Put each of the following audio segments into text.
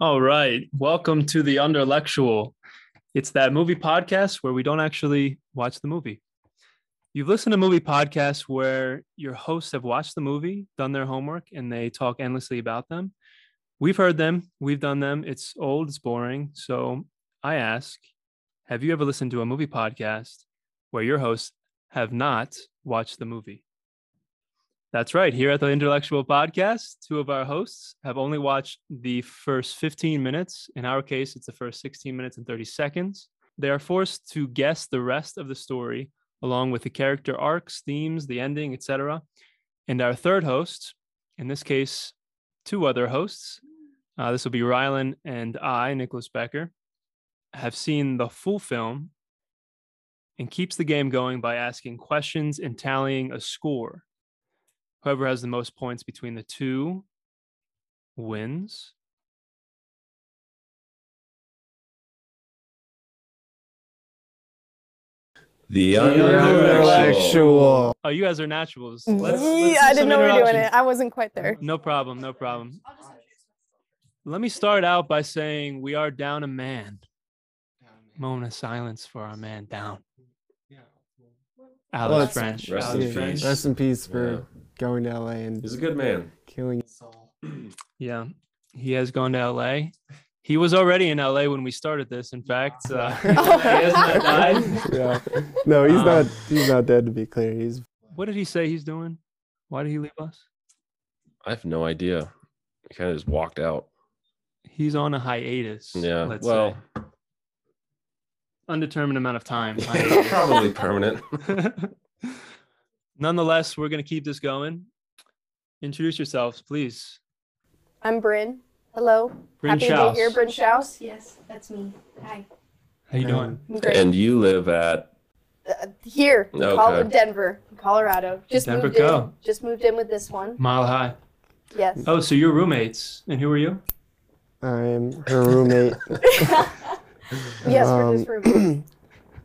All right. Welcome to the Underlectual. It's that movie podcast where we don't actually watch the movie. You've listened to movie podcasts where your hosts have watched the movie, done their homework, and they talk endlessly about them. We've heard them, we've done them. It's old, it's boring. So I ask Have you ever listened to a movie podcast where your hosts have not watched the movie? That's right. Here at the Intellectual Podcast, two of our hosts have only watched the first 15 minutes. In our case, it's the first 16 minutes and 30 seconds. They are forced to guess the rest of the story along with the character arcs, themes, the ending, etc. And our third host, in this case, two other hosts, uh, this will be Rylan and I, Nicholas Becker, have seen the full film and keeps the game going by asking questions and tallying a score whoever has the most points between the two wins. The Intellectual. Oh, you guys are naturals. Yeah, Let's- let's do I some didn't know we were doing it. interruptions. I wasn't quite there. No problem. No problem. Let me start out by saying we are down a man. Moment of silence for our man down. Well, Alex it's- French. Rest Alex in French. peace. Rest in peace for Yeah. going to LA and He's a good man. killing. Yeah, he has gone to LA. He was already in LA when we started this. In fact, uh, he Oh. has not died. Yeah. No, he's Uh. Um, not. He's not dead. To be clear, he's What did he say he's doing? Why did he leave us? I have no idea. He kind of just walked out. He's on a hiatus. Yeah. Let's well, say. undetermined amount of time. probably permanent. Nonetheless, we're going to keep this going. Introduce yourselves, please. I'm Bryn. Hello. Bryn Happy to Schaus. be here, Bryn Schaus. Yes, that's me. Hi. How you doing? I'm great. and you live at Uh, here, in Okay. Col- Denver, Colorado. Just Denver, moved go. in. Just moved in with this one. Mile High. Yes. Oh, so you're roommates. And who are you? I'm her roommate. yes, we're Um, just roommates.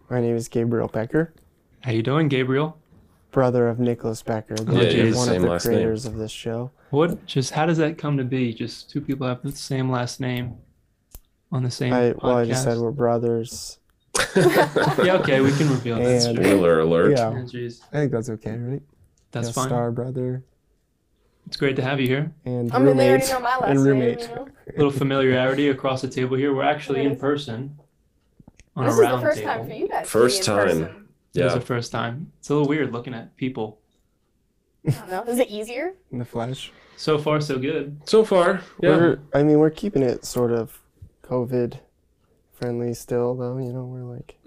My name is Gabriel Becker, How you doing, Gabriel? brother of Nicholas Becker, the, Yeah, you have the one same of the last name. creators of this show. What? Just how does that come to be? Just two people have the same last name on the same I podcast. well, I just said we're brothers. yeah, okay, we can reveal that. And- Spoiler alert. Yeah, Oh, jeez. I think that's okay, right? That's Yeah, fine. Star brother It's great to have you here. and I mean, they already roommate know my last and name, roommate. you know? little familiarity across the table here. We're actually in person on This a is round the first table. time for you guys. to First be in person. time. It was Yeah. the first time. It's a little weird looking at people. I don't know. Is it easier? In the flesh. So far, so good. So far. Yeah. We're, I mean, we're keeping it sort of COVID friendly still, though. You know, we're like,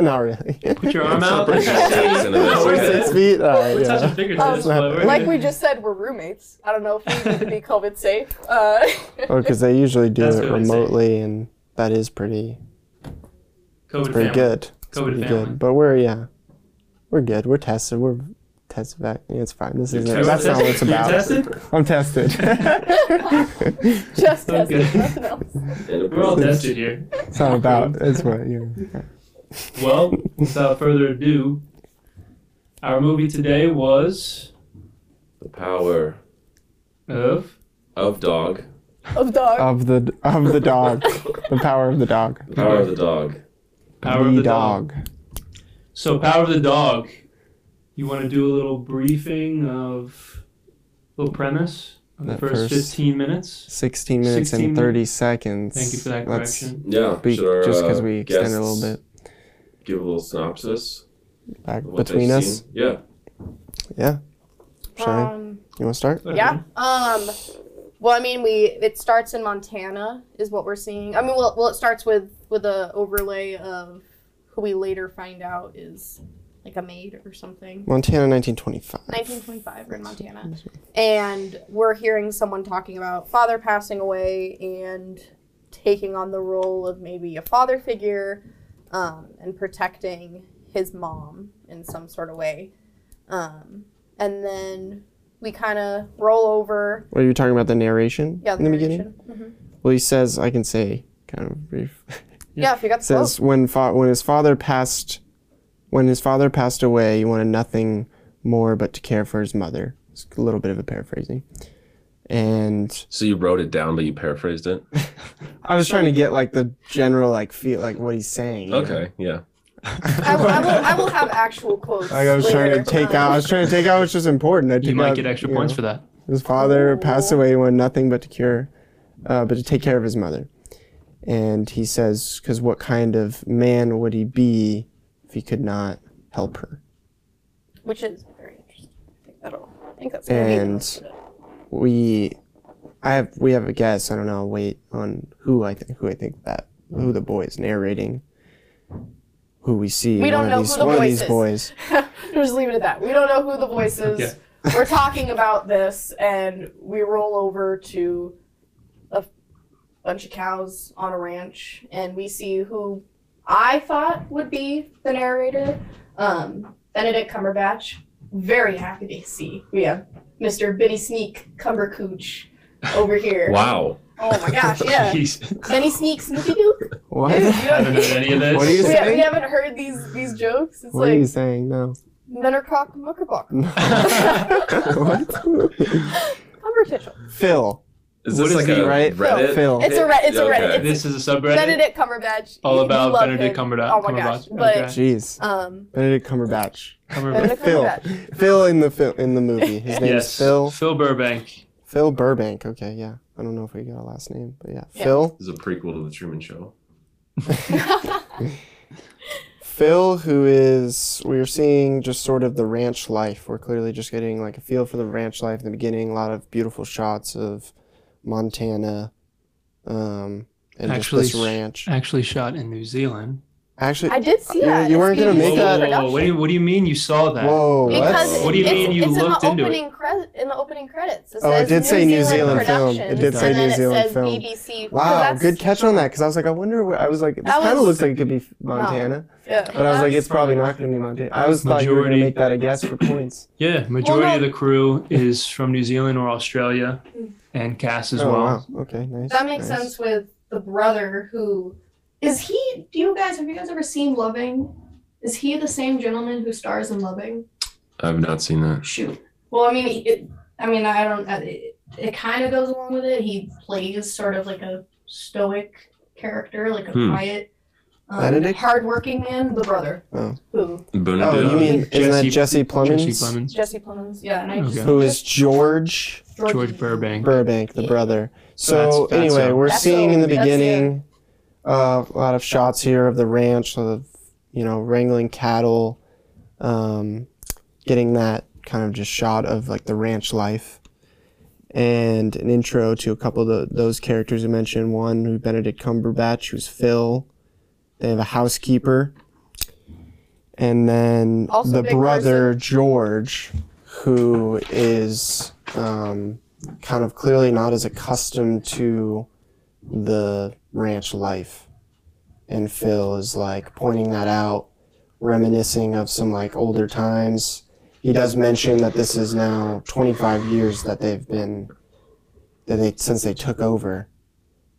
not really. Put your arm out. Put your hands into this, We're okay? six feet. Uh, We're touching yeah. fingertips, Um, but we're Like good. we just said, we're roommates. I don't know if we need to be COVID safe. Uh, Oh, because they usually do That's it what I'd say. remotely, and that is pretty COVID pretty family. good. It's COVID pretty family. good. But we're yeah, we're good. We're tested. We're tested. Back. Yeah, it's fine. This You're isn't. You were That's not what it's tested? You were about. tested? I'm tested. just Okay. testing, nothing else. We're all tested here. it's not about. It's what you. Well, without further ado, our movie today was the power of of dog. Of Oh, dog. Of the of the Oh, dog, the power of the dog. The power of the dog. Power of the Dog. So, Power of the Dog. You want to do a little briefing of little premise of the The first, first- 15 minutes? 16 minutes 16 and 30 seconds. Thank you for that Let's correction. Yeah. Be, should our, just because uh, we extended a guests little bit Give a little synopsis. back of what they've between us. seen? Yeah. Yeah. Should I? Um, You want to start? Yeah. Um. Well, I mean, we it starts in Montana, is what we're seeing. I mean, well, well, it starts with with a overlay of who we later find out is like a maid or something. Montana, 1925. 1925, we're in Montana, and we're hearing someone talking about father passing away and taking on the role of maybe a father figure um, and protecting his mom in some sort of way. Um, and then we kind of roll over What are you talking about? The narration Yeah, in the beginning? Well, he says, I can say kind of brief. Yeah. Yeah, if you got the says quote. when fa- when his father passed when his father passed away he wanted nothing more but to care for his mother it's a little bit of a paraphrasing and So you wrote it down, but you paraphrased it. i was trying to get like the general like feel like what he's saying you know? Okay, yeah. I will, I, will, I will have actual quotes. like i was trying to later. take out i was trying to take out what's just important I You took might out, get extra you points know, for that. his father passed Oh. away he wanted nothing but to cure uh, but to take care of his mother and he says because what kind of man would he be if he could not help her Which is very interesting. I think that'll. I think that's gonna be the And- most of it. we I have we have a guess. I don't know. I'll wait on who I think who I think that who the boy is narrating. Who we see? We don't one know of these, who the one of voice these is. boys. Just leave it at that. We don't know who the voice is. Okay. We're talking about this, and we roll over to a bunch of cows on a ranch, and we see who I thought would be the narrator um, Benedict Cumberbatch. Very happy to see we have Mr. Benny Sneak Cumbercooch over here. Wow. Oh my gosh, yeah. Jeez. Benny Sneak Snooky Duke? What? Dude, you I don't know haven't- any of this. What do we, you we say? haven't heard these these jokes. It's what are like you saying? No. Mennercock Muckerbock. what? Cumber Titchell. Phil. Is What this is like he, a right? Reddit? Phil. It's a re- it's a Okay. Reddit. this is a subreddit. Benedict Cumberbatch. All We about love Benedict him. Cumberda- Oh my gosh. Cumberbatch. But Okay. Jeez. um Benedict Cumberbatch. Cumberbatch. Benedict Phil. Cumberbatch. Phil in the fil- in the movie. His name Yes. is Phil. Phil Burbank. Phil Burbank. Okay, yeah. I don't know if we got a last name, but yeah. Yeah. Phil. This is a prequel to the Truman Show. Phil, who is we're seeing just sort of the ranch life. We're clearly just getting like a feel for the ranch life in the beginning. A lot of beautiful shots of Montana, um, and Actually, just this ranch. Actually shot in New Zealand. Actually, I did see You- that. you It's weren't gonna make being used in that- Whoa, whoa, whoa. What, do you, production. what do you mean you saw that? whoa! what? Because What do you it's, mean you it's looked in into the it? opening cre- in the opening credits. It Oh, it says did say New Zealand film. It Productions, did say and then New it Zealand says film. BBC. 'cause wow, that's- good catch on that. Because I was like, I wonder. Where, I was like, this That kind of was- looks like it could be Montana, Yeah. but I was like, That's- it's probably not going to be Montana. I was thought you were Majority- going to make that a guess for points. Yeah, majority no. of the crew is from New Zealand or Australia, and Cass as oh, well. wow. Okay, nice. that makes nice. sense with the brother who Is he? Do you guys have you guys ever seen Loving? Is he the same gentleman who stars in Loving? I've not seen that. Shoot. Well, I mean, it, I mean, I don't. It, it kind of goes along with it. He plays sort of like a stoic character, like a Hmm. quiet, um, Benedict? hardworking man. The brother. who Benedict. Oh, you mean isn't that Jesse- Jesse Plemons? Jesse Plemons, Jesse Plemons. Yeah, and I just Okay. Who is George? George Burbank. Burbank, the Yeah. brother. So That's- that's anyway, a- we're That's seeing a- in the that's a- beginning uh, a lot of shots here of the ranch, of you know wrangling cattle, um, getting that kind of just shot of like the ranch life, and an intro to a couple of the, those characters you mentioned. One who Benedict Cumberbatch, who's Phil. They have a housekeeper, and then Also the big brother George, who is. Um, kind of clearly not as accustomed to the ranch life. And Phil is like pointing that out, reminiscing of some like older times. He does mention that this is now 25 years that they've been that they since they took over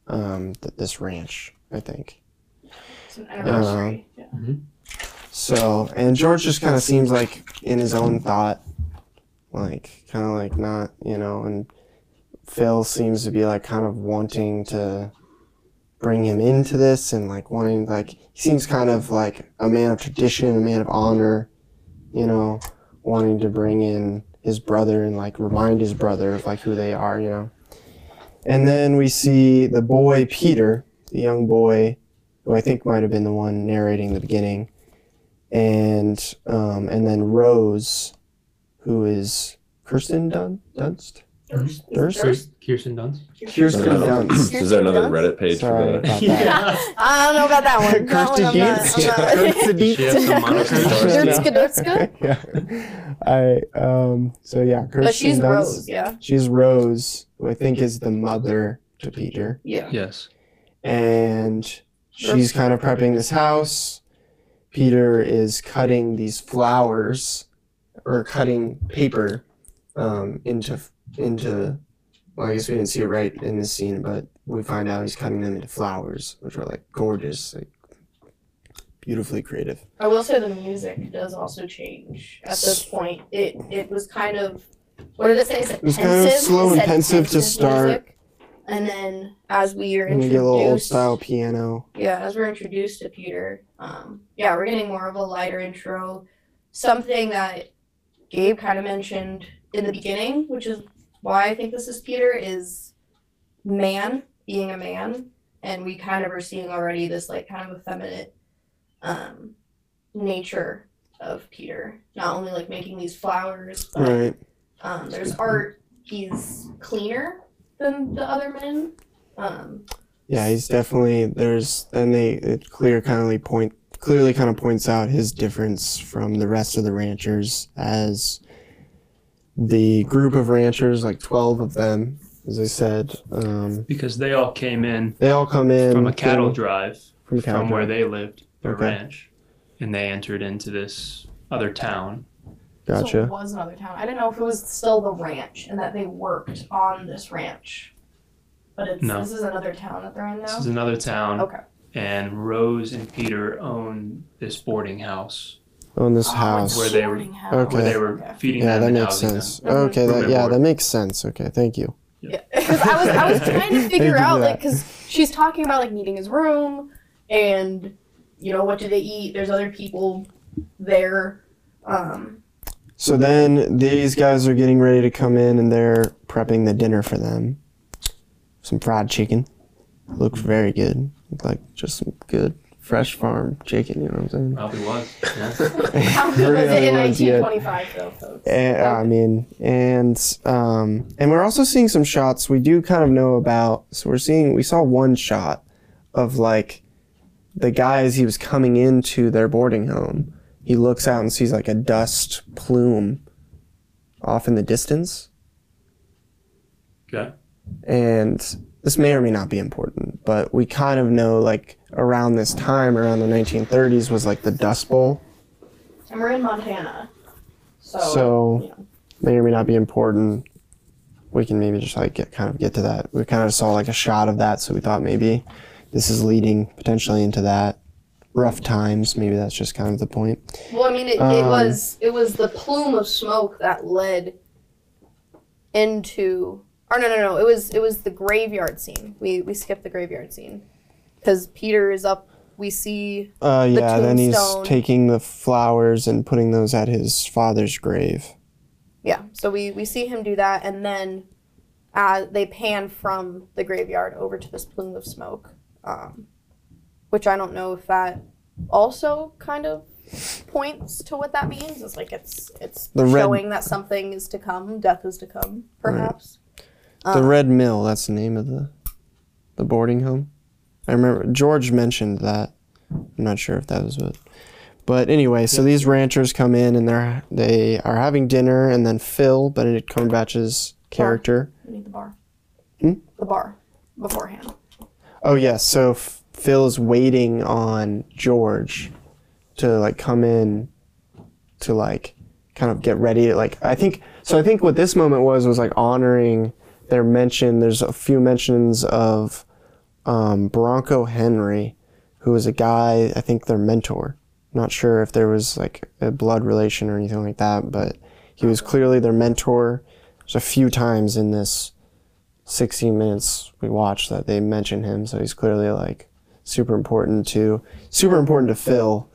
um, th- this ranch, I think. It's an anniversary. Uh, Yeah. So, and George just kind of seems like in his own thought, like kind of like not, you know, and Phil seems to be like kind of wanting to bring him into this and like wanting, like, he seems kind of like a man of tradition, a man of honor, you know, wanting to bring in his brother and like remind his brother of like who they are, you know. And then we see the boy Peter, the young boy, who I think might have been the one narrating the beginning and um, and then Rose, who is Kirsten Dun- Dunst. Durst. Durst? Kirsten, Kirsten Dunst. Kirsten Dunst. Is there another Reddit page Sorry for that? about that. Yeah. I don't know about that one. That one I'm not- I'm Does she have some Kirsten not- monikers? Kirsten Durska, Durska? Dunst. yeah. I um. So yeah, Kirsten But she's Dunst. Rose, yeah. She's Rose, who I think is the mother to Peter. Yeah. Yes. and she's kind of prepping this house. Peter is cutting these flowers or cutting paper um, into into well, I guess we didn't see it right in this scene, but we find out he's cutting them into flowers, which are like gorgeous, like beautifully creative. I will say the music does also change at this point. It it was kind of what did it say? It, was kind of slow and pensive to start. and then as we are And we get a little old introduced, style piano. yeah, as we're introduced to Peter, um, yeah, we're getting more of a lighter intro. Something that Gabe kind of mentioned in the beginning, which is why I think this is Peter, is man being a man, and we kind of are seeing already this like kind of effeminate um, nature of Peter. Not only like making these flowers, but Right. um, there's art. He's cleaner than the other men. Um, Yeah, he's definitely there's and they it clear kind of point clearly kind of points out his difference from the rest of the ranchers as the group of ranchers, like twelve of them, as I said, um, because they all came in they all come in from a cattle from, drive from, a cattle from where drive. they lived, their Okay. ranch, and they entered into this other town. So it gotcha. was another town. I didn't know if it was still the ranch and that they worked on this ranch. But it's, No. this is another town that they're in This now. is another town. Okay. And Rose and Peter own this boarding house Own this Oh, it's house. Where they were- boarding house. Okay. where they were feeding Yeah, them. that and makes housing them. sense. Mhm. Okay, that yeah, Remember. that makes sense. Okay, thank you. Yeah, 'Cause I was I was trying to Thank you figure for out that. like because she's talking about like needing his room and You know, what do they eat? There's other people there. Um, So then these guys are getting ready to come in and they're prepping the dinner for them. Some fried chicken. Looks very good. Looked like just some good fresh farm chicken, you know what I'm saying? Probably was. Yeah. how good was it in Really was, yeah. 1925, though, folks? And, Eh, I mean, and um, and we're also seeing some shots we do kind of know about. So we're seeing we saw one shot of like the guy as he was coming into their boarding home. He looks out and sees like a dust plume off in the distance. Okay. and this may or may not be important, but we kind of know like around this time, around the 1930s, was like the Dust Bowl. And we're in Montana. So, So yeah. may or may not be important. We can maybe just like get kind of get to that. We kind of saw like a shot of that, so we thought maybe this is leading potentially into that rough times. Maybe that's just kind of the point. well I mean it, Um, it was it was the plume of smoke that led into or no no no it was it was the graveyard scene we we skipped the graveyard scene because Peter is up we see Uh, The yeah, then he's tombstone. taking the flowers and putting those at his father's grave. yeah so we we see him do that and then uh, they pan from the graveyard over to this plume of smoke um, which i don't know if that also kind of points to what that means it's like it's it's The red- showing that something is to come death is to come perhaps The Um, Red Mill, that's the name of the the boarding home. I remember George mentioned that. I'm not sure if that was what. But anyway, so these ranchers come in and they're they are having dinner and then Phil, Benedict Cumberbatch's character. we need the bar. Hmm? The bar beforehand. Oh yes, so F- Phil is waiting on George to like come in to like kind of get ready to like I think so I think what this moment was was like honoring their mention there's a few mentions of um, Bronco Henry who was a guy I think their mentor not sure if there was like a blood relation or anything like that but he was clearly their mentor there's a few times in this 16 minutes we watched that they mention him so he's clearly like super important to super important to Phil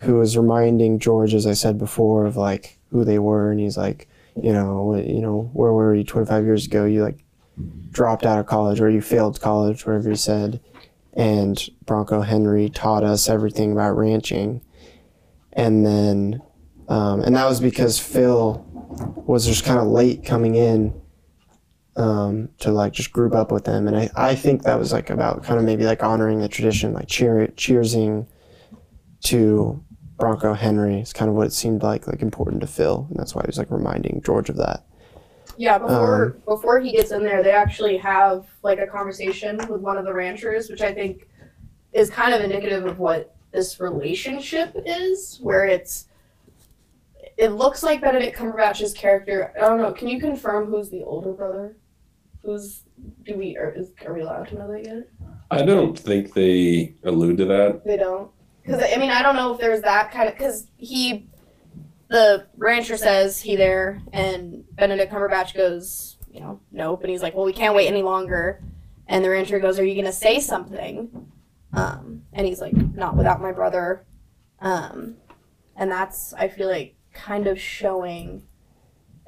who was reminding George, as I said before, of like who they were, and he's like, you know, wh- you know, where were you 25 years ago? You like dropped out of college or you failed college, whatever he said. And Bronco Henry taught us everything about ranching, and then, um, and that was because Phil was just kind of late coming in. Um, to like just group up with them, and I, I think that was like about kind of maybe like honoring the tradition, like cheer cheersing to Bronco Henry is kind of what it seemed like, like important to Phil, and that's why he was like reminding George of that. Yeah, before before he gets in there, they actually have like a conversation with one of the ranchers, which I think is kind of indicative of what this relationship is, where it's it looks like Benedict Cumberbatch's character. I don't know. Can you confirm who's the older brother? Who's do we are, is, are we allowed to know that yet? I don't think they allude to that. They don't. Because I mean, I don't know if there's that kind of because he, the rancher says he there, and Benedict Cumberbatch goes, you know, nope, and he's like, well, we can't wait any longer, and the rancher goes, are you gonna say something? Um, and he's like, not without my brother, um, and that's I feel like kind of showing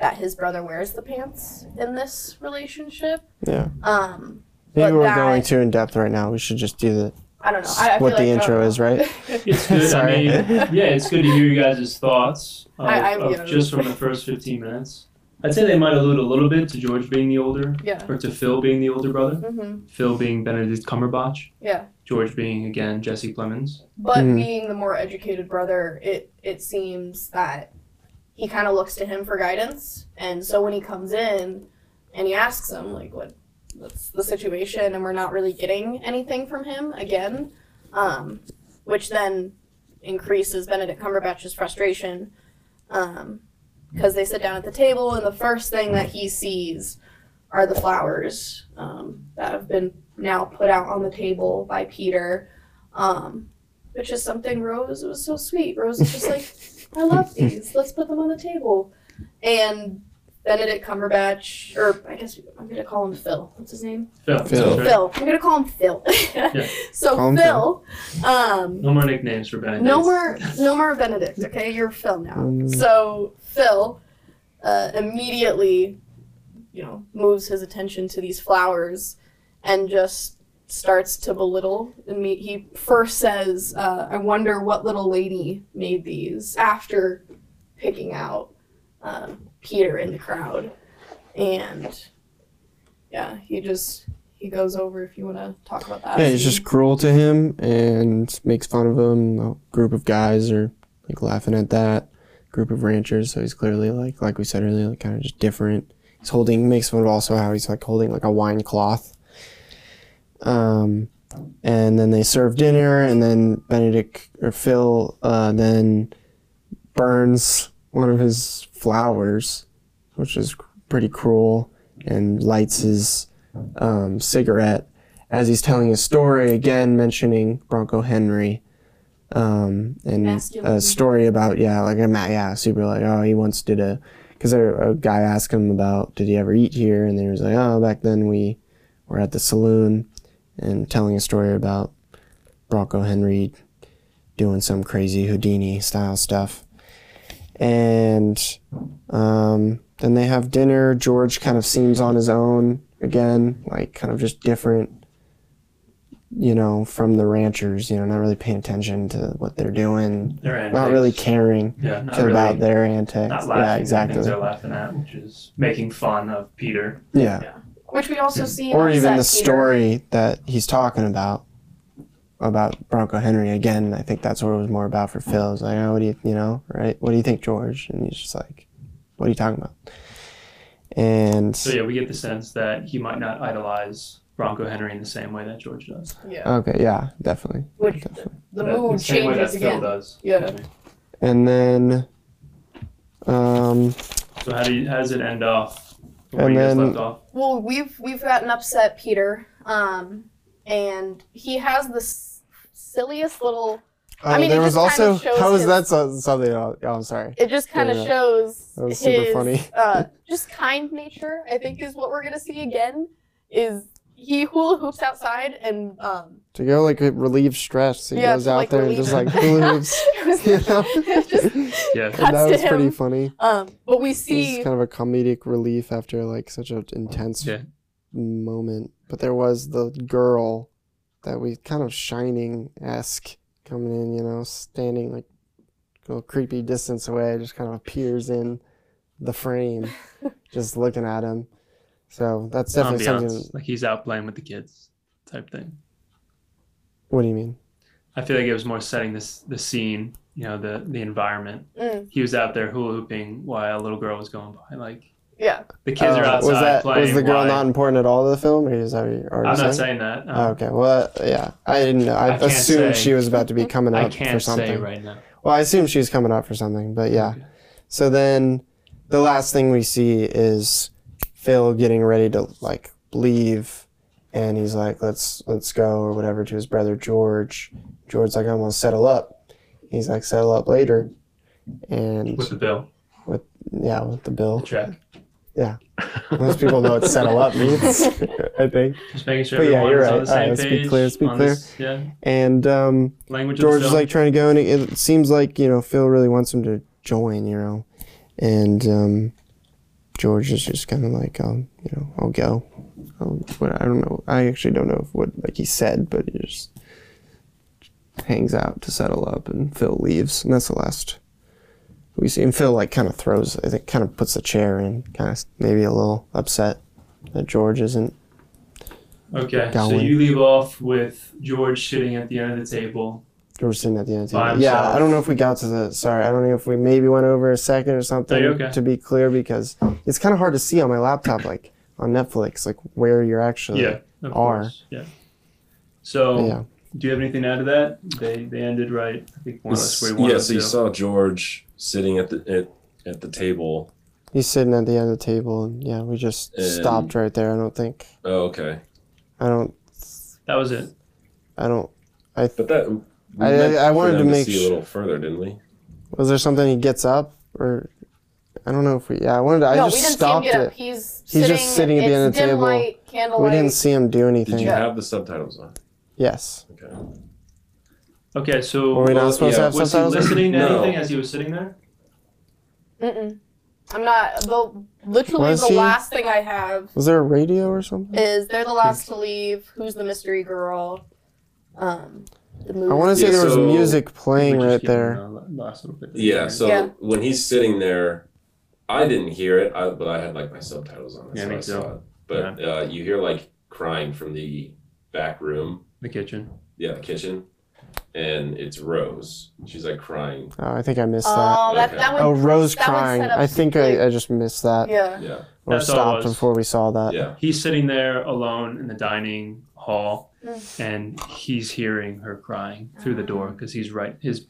that his brother wears the pants in this relationship. Yeah. Um, Maybe But we're that- going too in depth right now. We should just do the I don't know. I, I feel what the like- intro is, right? It's good. I Sorry. mean, yeah, it's good to hear you guys' thoughts of, I- I'm of good. just from the first 15 minutes. I'd say they might allude a little bit to George being the older, Yeah. or to Phil being the older brother, hmm Phil being Benedict Cumberbatch, Yeah. George being, again, Jesse Plemons. But Mhm. being the more educated brother, it it seems that he kind of looks to him for guidance, and so when he comes in and he asks him like what what's the situation, and we're not really getting anything from him again, um, which then increases Benedict Cumberbatch's frustration because they sit down at the table, and the first thing that he sees are the flowers um, that have been now put out on the table by Peter um, which is something Rose it was so sweet. Rose was just like, I love these. Let's put them on the table. And Benedict Cumberbatch, or I guess I'm gonna call him Phil. What's his name? Phil. Phil. That's right. Phil. I'm gonna call him Phil. So Call him Phil, um, No more nicknames for Benedict. no more, no more Benedict. Okay, you're Phil now. Mm. So Phil uh, immediately, you know, moves his attention to these flowers, and just starts to belittle. And me, he first says, uh, "I wonder what little lady made these." After picking out um, Peter in the crowd, and yeah, he just he goes over if you want to talk about that. Yeah, he's just cruel to him and makes fun of him. A group of guys are like laughing at that group of ranchers. So he's clearly like, like we said earlier, like kind of just different. He's holding makes fun of also how he's like holding like a wine cloth. Um, and then they serve dinner, and then Benedict or Phil uh, then burns one of his flowers, which is pretty cruel, and lights his um, cigarette as he's telling his story, again mentioning Bronco Henry, um, and Masculine. a story about yeah, like a ma- yeah, super like oh he once did a because a guy asked him about did he ever eat here, and then he was like oh back then we were at the saloon, and telling a story about Bronco Henry doing some crazy Houdini style stuff, and um, then they have dinner. George kind of seems on his own again, like kind of just different you know, from the ranchers, you know, not really paying attention to what they're doing, They're not really caring Yeah, not to really. about their antics. not laughing yeah, at exactly. things they're laughing at, which is making fun of Peter. Yeah. which we also see, in Or even Upset the Peter. story that he's talking about, about Bronco Henry again. I think that's what it was more about for Phil. It's like, oh, what do you, you know, right? What do you think, George? And he's just like, what are you talking about? And So yeah, we get the sense that he might not idolize Bronco Henry in the same way that George does. Yeah, okay, yeah, definitely. which definitely. the That- mood same way that changes Phil again. does. Yeah. And then, um, So how do you, how does it end off? Where And you guys then- left off? Well, we've we've gotten upset Peter, um, and he has the s- silliest little. I uh, mean, it there was just kinda also shows how is his- that so- something? Oh, I'm sorry. It just kind of Yeah. shows That was his super funny. uh, just kind nature. I think is what we're gonna see again. Is he hula hoops outside and um, To go like relieve stress, he Yeah, goes to, out like, there and relieve- just like hula hoops. it was, You know? it was just Yeah. And that Cuts to was pretty him. funny. um, but we It was see kind of a comedic relief after like such an intense Yeah. moment. But there was the girl that we kind of shining esque coming in, you know, standing like a little creepy distance away, just kind of appears in the frame, just looking at him. So that's definitely Ambiance. something. Like he's out playing with the kids type thing. What do you mean? I feel like it was more setting this the scene, you know, the the environment. Mm. He was out there hula hooping while a little girl was going by. Like yeah. the kids are Uh, outside was that playing. was the girl while- not important at all to the film? Or is that what you're already I'm saying? not saying that. Um, Oh, okay. Well, that- yeah. I didn't know. I, I can't assumed say. she was about to be coming I up for can't something. say right now. Well, I assume she's coming up for something, but yeah. So then the last thing we see is Phil getting ready to like leave and he's like let's let's go or whatever to his brother george george's like i'm gonna settle up he's like settle up later and with the bill, yeah with the the bill check. most people know what settle up means i think Just making sure But yeah, everyone you're is on right. the All same page. right, let's be clear, let's be on this- yeah, and um language. George of the is film. like trying to go, and it, it seems like you know Phil really wants him to join, you know, and um, George is just kind of like, um, you know, I'll go. I'll, what I don't know, I actually don't know if what like he said, but he just hangs out to settle up, and Phil leaves, and that's the last we see. And Phil like kind of throws, I think, kind of puts a chair in, kind of maybe a little upset that George isn't. Okay, so Gowan. you leave off with George sitting at the end of the table. George sitting at the end of the By table. Yeah, himself. I don't know if we got to the. Sorry, I don't know if we maybe went over a second or something. you're okay. To be clear, because it's kind of hard to see on my laptop, like on Netflix, like where you're actually. yeah, of are. course. Yeah. So, Yeah. do you have anything to add to that? They they ended right. I think more or less where you wanted Yeah, so you to. saw George sitting at the at, at the table. He's sitting at the end of the table, and yeah, we just And- stopped right there. I don't think. Oh, okay. I don't. that was it. I don't. I th- But that we I- meant I for wanted to them make see su- a little further, didn't we? was there something he gets up or? I don't know if we. Yeah, I wanted. To, I no, just we didn't stopped see him get it. up. He's He's, sitting, just sitting at the it's end of the dim table. Light, We candlelight. didn't see him do Did anything. you Yeah. have the subtitles on? Yes. Okay. Okay, so Were we not well, supposed yeah, to have was he subtitles? on? listening to No. anything as he was sitting there? Mm-mm. I'm not. The literally Was the he- last thing I have Was there a radio or something? is they're the last to leave. Who's the mystery girl? Um, the movie. I want to say Yeah, there was so- music playing We just right give him there. the last little bit. Yeah. So Yeah. when he's sitting there, I didn't hear it, I, but I had like my subtitles on. Yeah, so me I too. saw it. But uh, you hear like crying from the back room, the kitchen. yeah, the kitchen, and it's Rose. She's like crying. Oh, I think I missed that. Oh, that, Okay. that one. Oh, Rose that one's crying. set up I think like- I, I just missed that Yeah. Yeah. or That's all it stopped was. before we saw that. Yeah. He's sitting there alone in the dining hall, and he's hearing her crying through the door because he's right. His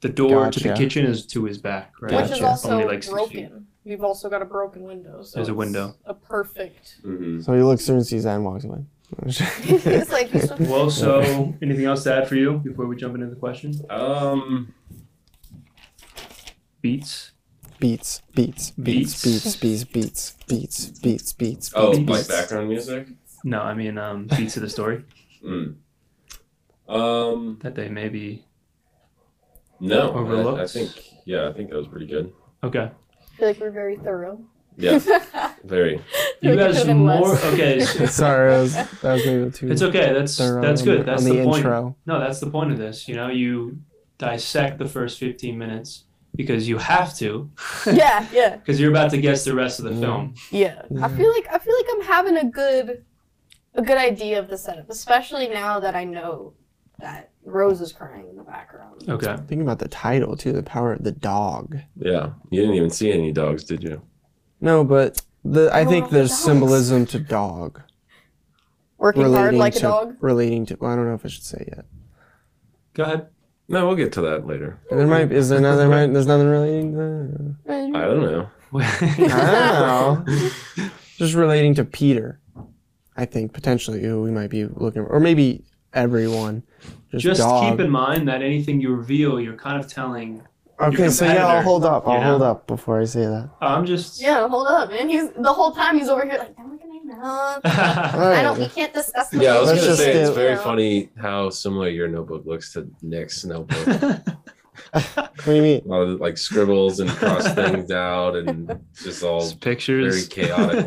the door to the Gotcha. kitchen is to his back, right? Which is Gotcha. also Only like six feet. broken. We've also got a broken window. So There's a it's window. A perfect. hmm So he looks through and sees that and walks away. it's like he's just- Well, so anything else to add for you before we jump into the question? Um. Beats. beats, beats, beats, Beats? beats, beats, beats, beats, beats, beats. Oh, Beats. like background music. No, I mean um, beats of the story Mm. Um. that they maybe. No. I- I, Overlooked? think. Yeah, I think that was pretty good. Okay, I feel like we're very thorough. Yeah. Very. you Like it guys could've been more. less. Okay, so- Sorry, that was, that was maybe too. it's okay. That's thorough that's on good. That's on the, point. intro. No, that's the point of this. You know, you dissect the first 15 minutes because you have to. yeah, yeah, Because you're about to guess the rest of the Yeah. film. yeah. I Yeah. feel like I feel like I'm having a good, a good idea of the setup, especially now that I know that Rose is crying in the background. Okay. Think about the title too. The power of the dog. Yeah. You didn't even see any dogs, did you? No, but the I Power think of the there's dogs. symbolism to dog Working hard like to a dog. relating to. Well, I don't know if I should say yet. Go ahead. No, we'll get to that later. There might is there another might there's nothing relating to I don't know. I don't know. Just relating to Peter, I think potentially who we might be looking for, or maybe everyone. Just, Just dog. keep in mind that anything you reveal, you're kind of telling. okay, your so yeah, competitor, I'll hold up. you I'll know? hold up before I say that. I'm just. Yeah, hold up, man. He's the whole time he's over here like, am I gonna know? All I don't. We right. can't discuss. Yeah, I was Let's gonna just say it's do- very Yeah. funny how similar your notebook looks to Nick's notebook. What do you mean? a lot of like scribbles and cross things out and just all Just very pictures. chaotic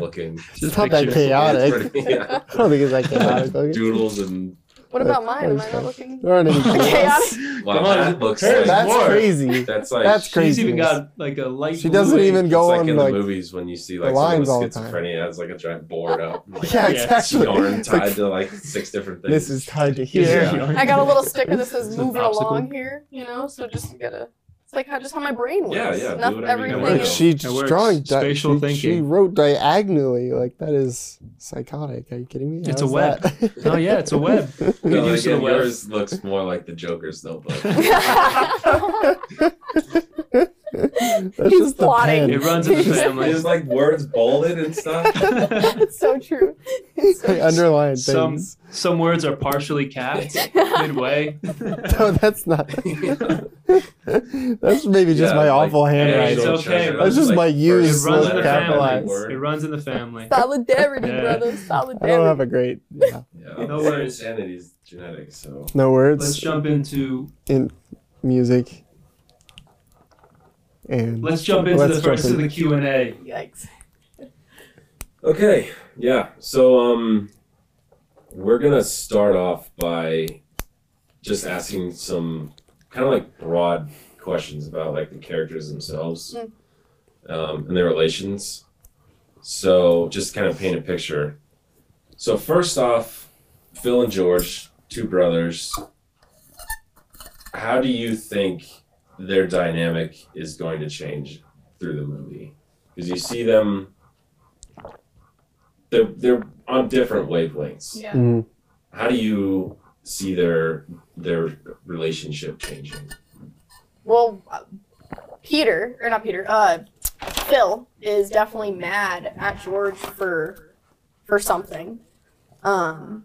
looking. It's not that pictures. chaotic. It's pretty- yeah. I don't think it's that chaotic. Okay. Doodles and What about mine? Am I not looking? There aren't any doodles. wow, Come on, that looks Hey, like That's Lord. crazy. that's like That's it's crazy. She's even got like a light. She doesn't blue even go like on in like. the movies when you see the like someone with lines all the time. schizophrenia has like a giant board up, and, like yeah, Yeah. exactly. yarn It's like, tied to like six different things. this is tied to Yeah. here. I got a little sticker that says It's an "moving obstacle. along" here, you know. So just gotta. It's like how just how my brain works. Yeah, yeah, do Not whatever you everything. want. Look, It is- she's works. drawing di- Spatial she, She thinking. wrote diagonally. Like that is psychotic. Are you kidding me? It's How a is web. that? Oh, yeah, it's a web. No, Good use of the again, web. yours looks more like the Joker's notebook. I That's He's just the plotting. pen. It runs in the family. There's like words bolded and stuff. That's so true. It's like underlying Some- things. Some words are partially capped midway. No, that's not. that's maybe just Yeah, my like, awful handwriting. it's okay, bro. that's just Like, my use It runs in the capitalized. family. It runs in the family. Solidarity, Yeah. brother. I don't have Solidarity. a great. Yeah. Yeah, No no worries. words. Sanity's genetic, so No Let's words, jump into music, and let's jump into Let's the first jump of the Q and A. Yikes. Okay, yeah. So um we're gonna start off by just asking some kind of like broad questions about like the characters themselves Mm. um, and their relations. So just kind of paint a picture. So first off, Phil and George, two brothers. How do you think their dynamic is going to change through the movie? Because you see them they're they're on different wavelengths. Yeah. Mm. How do you see their their relationship changing? Well, uh, Peter, or not Peter, uh, Phil is definitely mad at George for for something. Um,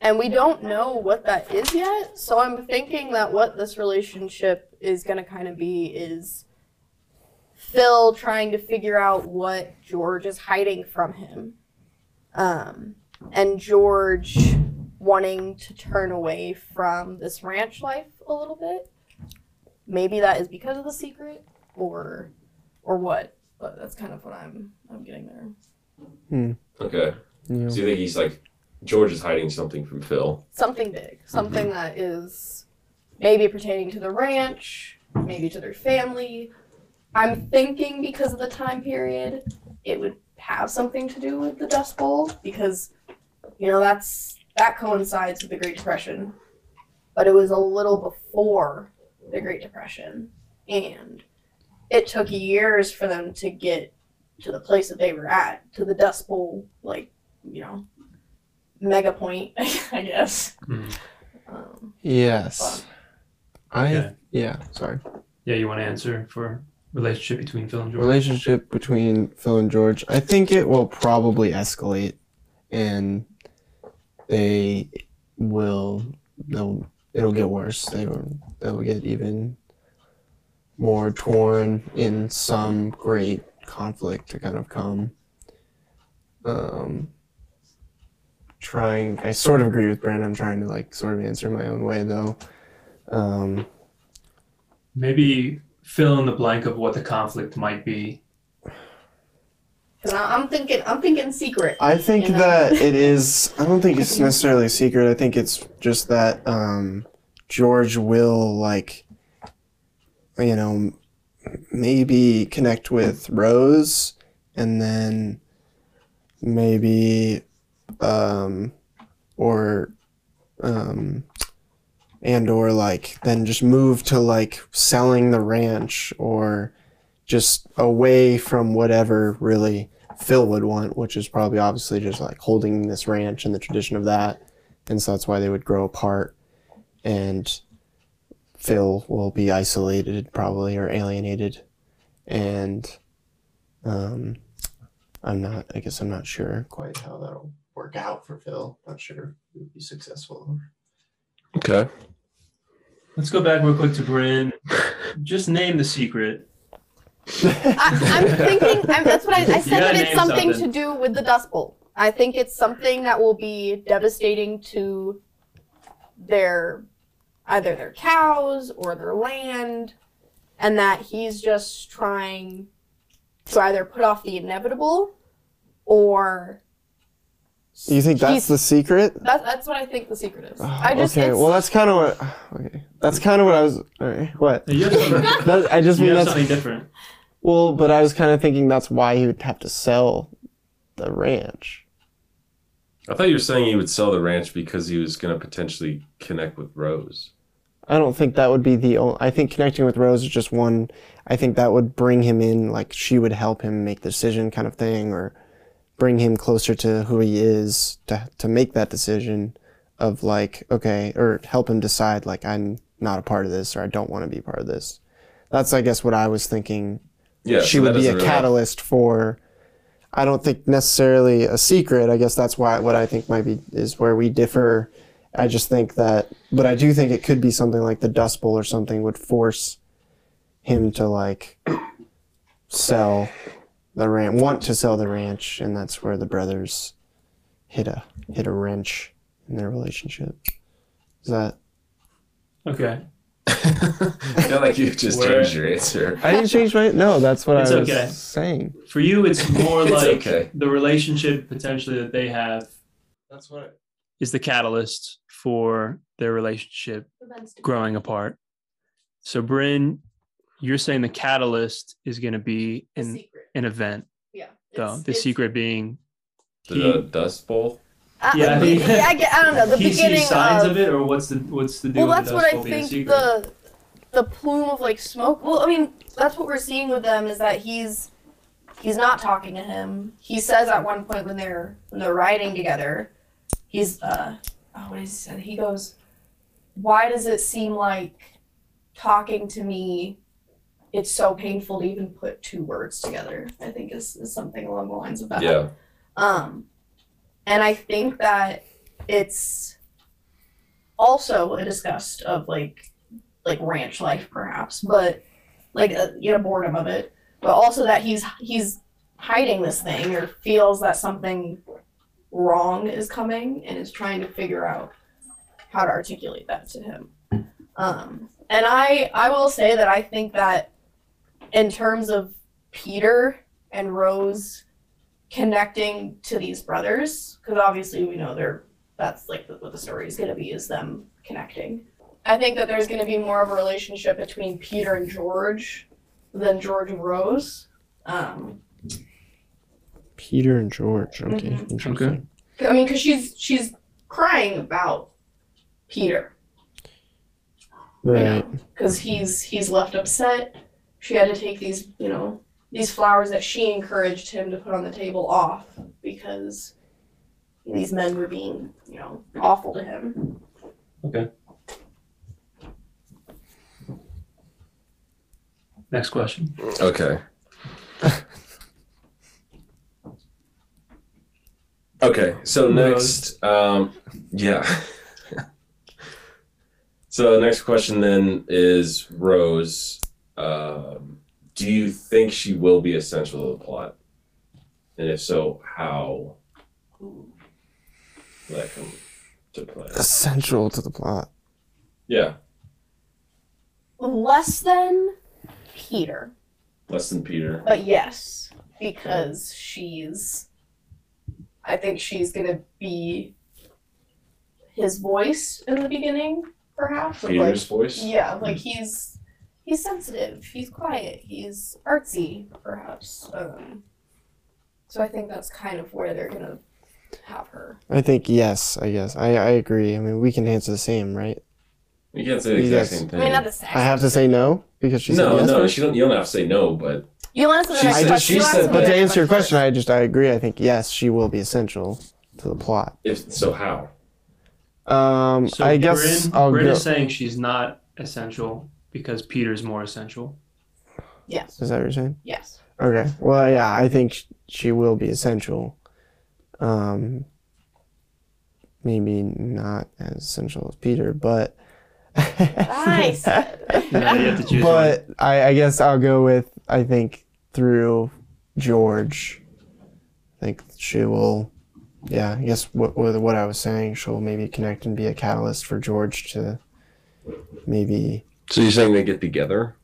and we don't know what that is yet, so I'm thinking that what this relationship is going to kind of be is Phil trying to figure out what George is hiding from him. Um, and George wanting to turn away from this ranch life a little bit maybe that is because of the secret or or what But that's kind of what I'm I'm getting there. Okay. Yeah. So you think he's like George is hiding something from Phil. something big something that is maybe pertaining to the ranch maybe to their family I'm thinking because of the time period, it would have something to do with the Dust Bowl because you know that's that coincides with the great depression but it was a little before the Great Depression, and it took years for them to get to the place that they were at, to the Dust Bowl, like you know, mega point, I guess. Hmm. Um, Yes. I Okay. yeah. Sorry. Yeah, you want to answer for relationship between Phil and George? Relationship between Phil and George. I think it will probably escalate, and they will. They'll. It'll get worse. They will. They'll get even more torn in some great conflict to kind of come. Um. Trying. I sort of agree with Brandon. I'm trying to like sort of answer my own way though. Um. Maybe fill in the blank of what the conflict might be. Cause I- I'm thinking, I'm thinking secret. I think you know? that it is. I don't think it's necessarily a secret. I think it's just that um, George will like, you know, m- maybe connect with Rose, and then maybe, um, or, um, and or like then just move to like selling the ranch or just away from whatever really Phil would want, which is probably obviously just like holding this ranch and the tradition of that. And so that's why they would grow apart. And Phil will be isolated, probably, or alienated. And um, I'm not, I guess I'm not sure quite how that'll work out for Phil. Not sure he would be successful. Okay. Let's go back real quick to Bryn. Just name the secret. I, i'm thinking I'm, that's what i, I You gotta said that it's name something, something. to do with the dust bowl i think it's something that will be devastating to their either their cows or their land and that he's just trying to either put off the inevitable or You think that's he's- the secret? that, that's what i think the secret is Oh, i just okay, it's- well, that's kind of what. Okay, that's kind of what I was. All right, what? You have something, That, I just you mean have that's something different. Well, but I was kind of thinking that's why he would have to sell the ranch. I thought you were saying he would sell the ranch because he was gonna potentially connect with Rose. I don't think that would be the only. I think connecting with Rose is just one. I think that would bring him in, like she would help him make the decision, kind of thing, or bring him closer to who he is to to make that decision of like okay, or help him decide like I'm not a part of this or I don't want to be part of this. That's I guess what I was thinking. Yeah, she so would that be a doesn't really- catalyst for. I don't think necessarily a secret. I guess that's why what I think might be is where we differ. I just think that, but I do think it could be something like the Dust Bowl or something would force him to like sell the ranch, want to sell the ranch, and that's where the brothers hit a hit a wrench in their relationship. Is that? Okay. I feel like you just Where- changed your answer. I didn't change my. No, that's what It's I was okay. saying. For you, it's more It's like okay. the relationship potentially that they have That's what. is the catalyst for their relationship growing apart. So, Bryn, you're saying the catalyst is going to be The an, secret. an event, Yeah. though. it's- the it's- secret being The Dust Bowl. Uh, I, Yeah. yeah, I, get- I don't know. The he beginning sees signs of, of, it, or what's the what's the deal? well, that's with the what Dust I Bowl being a think secret? the the plume of like smoke. Well, I mean, that's what we're seeing with them is that he's he's not talking to him. He says at one point when they're when they're riding together, he's uh oh what is he said? He goes, Why does it seem like talking to me it's so painful to even put two words together? I think is, is something along the lines of that. Yeah. Um, and I think that it's also a disgust of like like ranch life, perhaps, but like uh, you know boredom of it, but also that he's he's hiding this thing or feels that something wrong is coming and is trying to figure out how to articulate that to him. Um, and I I will say that I think that in terms of Peter and Rose connecting to these brothers because obviously we know they're that's like what the story is going to be is them connecting i think that there's going to be more of a relationship between peter and george than george and rose um, Peter and George. Okay. Mm-hmm. Mhm. interesting. i mean because she's she's crying about peter you Right. know, because he's he's left upset. She had to take these, you know, these flowers that she encouraged him to put on the table off because these men were being, you know, awful to him. next question. Okay. okay. So next, um, yeah. so the next question then is Rose. Um, do you think she will be essential to the plot? And if so, how will that come to play? Essential to the plot. Yeah, Less than Peter, less than Peter. but yes, because she's. I think she's gonna be his voice in the beginning, perhaps. of, like, Peter's voice. Yeah, like he's he's sensitive, he's quiet, he's artsy, perhaps. Um, so I think that's kind of where they're gonna have her. I think yes. I guess I, I agree. I mean, we can answer the same, right? You can't say the exact Yes. same thing. I mean, not the sex. I have to say no because she said no, yes. no, first? she don't. You don't have to say no, but You want to She next said- she question? You answer said- the But to next answer your first. question, I just I agree. I think yes, she will be essential to the plot. if so, how? Um, So I guess Bryn, I'll Bryn go. is saying she's not essential because Peter's more essential. yes, Is that what you're saying? yes. Okay. Well, yeah, I think sh- she will be essential. Um, maybe not as essential as Peter, but. Nice. No, you have to choose one. but I, I guess I'll go with I think through George. I think she will. Yeah, I guess what with what I was saying, she'll maybe connect and be a catalyst for George to maybe So you're saying they get together?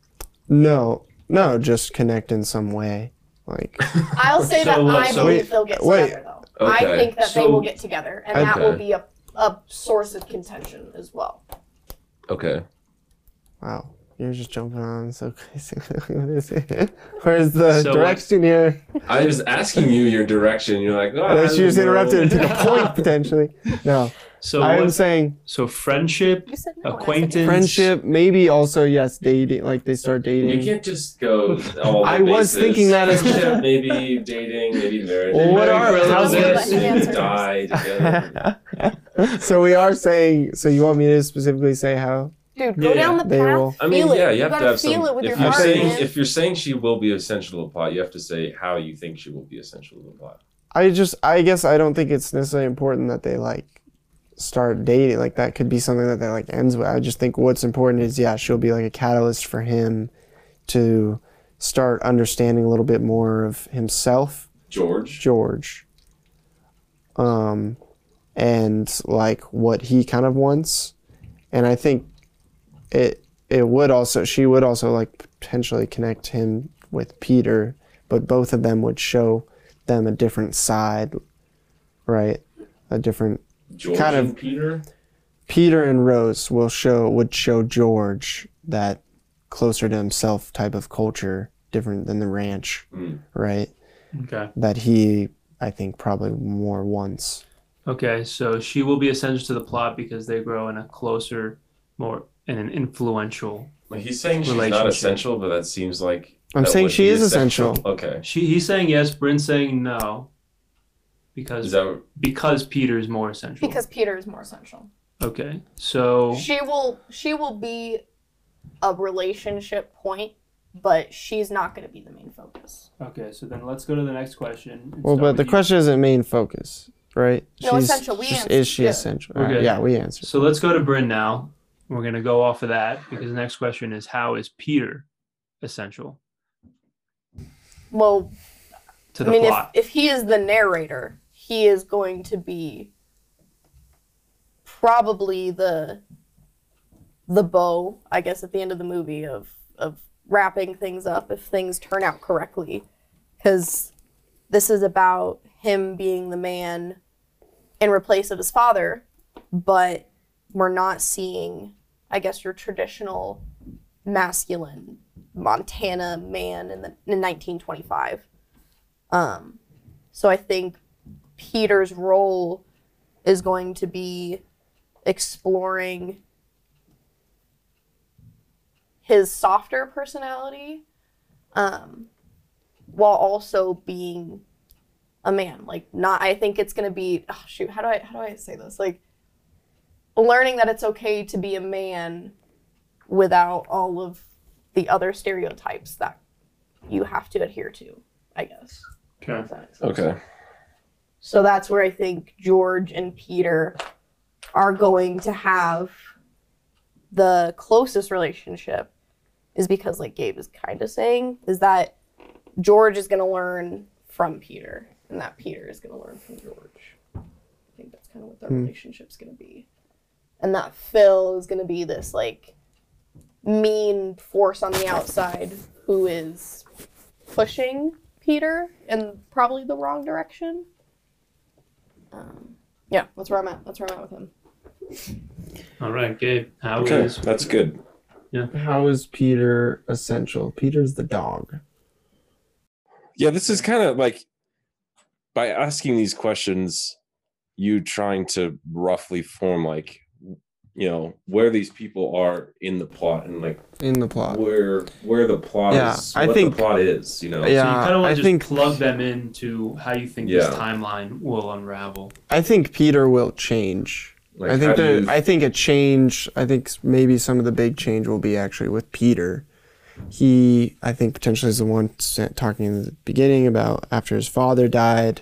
no, no, just connect in some way. Like I'll say So, that uh, I so- believe they'll get Wait, together, though. I think that they so- will get together, and that will Okay. be a, a source of contention as well. Okay. wow, you're just jumping on so crazy. Where's the So what- direction here? I was asking you your direction. You're like, oh, I Unless you just don't know. interrupted and took a point potentially. No, So I am what, saying so friendship, You said no. and I said acquaintance, friendship maybe also yes dating like they start You dating can't just go all. I was bases. thinking that as- Friendship, maybe dating, maybe marriage. Well, what are- Maybe how's brothers it- who Let him Die together. so we are saying so you want me to specifically say how Dude, go Yeah, down the they path. will. I mean, feel it. yeah, you have gotta to have feel some. it with if your you're heart, saying man. if you're saying she will be essential to the plot, you have to say how you think she will be essential to the plot. I just, I guess, I don't think it's necessarily important that they like start dating. Like that could be something that they like ends with. I just think what's important is, yeah, she'll be like a catalyst for him to start understanding a little bit more of himself, George. George, um, and like what he kind of wants. And I think it it would also she would also like potentially connect him with Peter, but both of them would show them a different side, right? A different George kind and of- Peter. Peter and Rose will show would show George that closer to himself type of culture, different than the ranch, Mm. right? Okay. That he I think probably more wants. Okay. So she will be essential to the plot because they grow in a closer, more in an influential. Like he's saying she's not Relationship. essential, but that seems like I'm that saying would she be is essential. Okay, She he's saying yes. Bryn's saying no. is Because that because Peter's more essential. Because Peter is more essential. okay. So She will she will be a relationship point, but she's not gonna be the main focus. okay. So then let's go to the next question. and Well, start but with the you. question isn't main focus, right? No, essential. We answered. is she Yeah. essential? We're Alright, good. yeah, we answered. So let's go to Bryn now. We're gonna go off of that because the next question is how is Peter essential Well, to I the mean if, plot? if he is the narrator, he is going to be probably the the bow, I guess, at the end of the movie of of wrapping things up if things turn out correctly. Cause this is about him being the man in replace of his father, but we're not seeing, I guess, your traditional masculine Montana man in the in 1925. Um, so I think Peter's role is going to be exploring his softer personality um, while also being a man like not i think it's going to be oh shoot how do i how do i say this like learning that it's okay to be a man without all of the other stereotypes that you have to adhere to i guess Okay. if that makes sense. okay? So that's where I think George and Peter are going to have the closest relationship is because like Gabe is kind of saying is that George is going to learn from Peter and that Peter is going to learn from George. I think that's kind of what their Hmm. relationship's going to be. And that Phil is going to be this like mean force on the outside who is pushing Peter in probably the wrong direction. Um, yeah, that's where I'm at. That's where I'm at with him. All right, Gabe. How is Okay, that's good. How is Peter essential? Peter's the dog. Yeah, this is kind of like by asking these questions, you trying to roughly form like you know where these people are in the plot and like In the plot. where where the plot Yeah, is I what think- the plot is you know So you Yeah, kind of I want to think just plug them into how you think Yeah. this timeline will unravel. I think Peter will change. like I how think do the you- I think a change. I think s- maybe some of the big change will be actually with Peter. He, I think, potentially is the one sa- talking in the beginning about after his father died.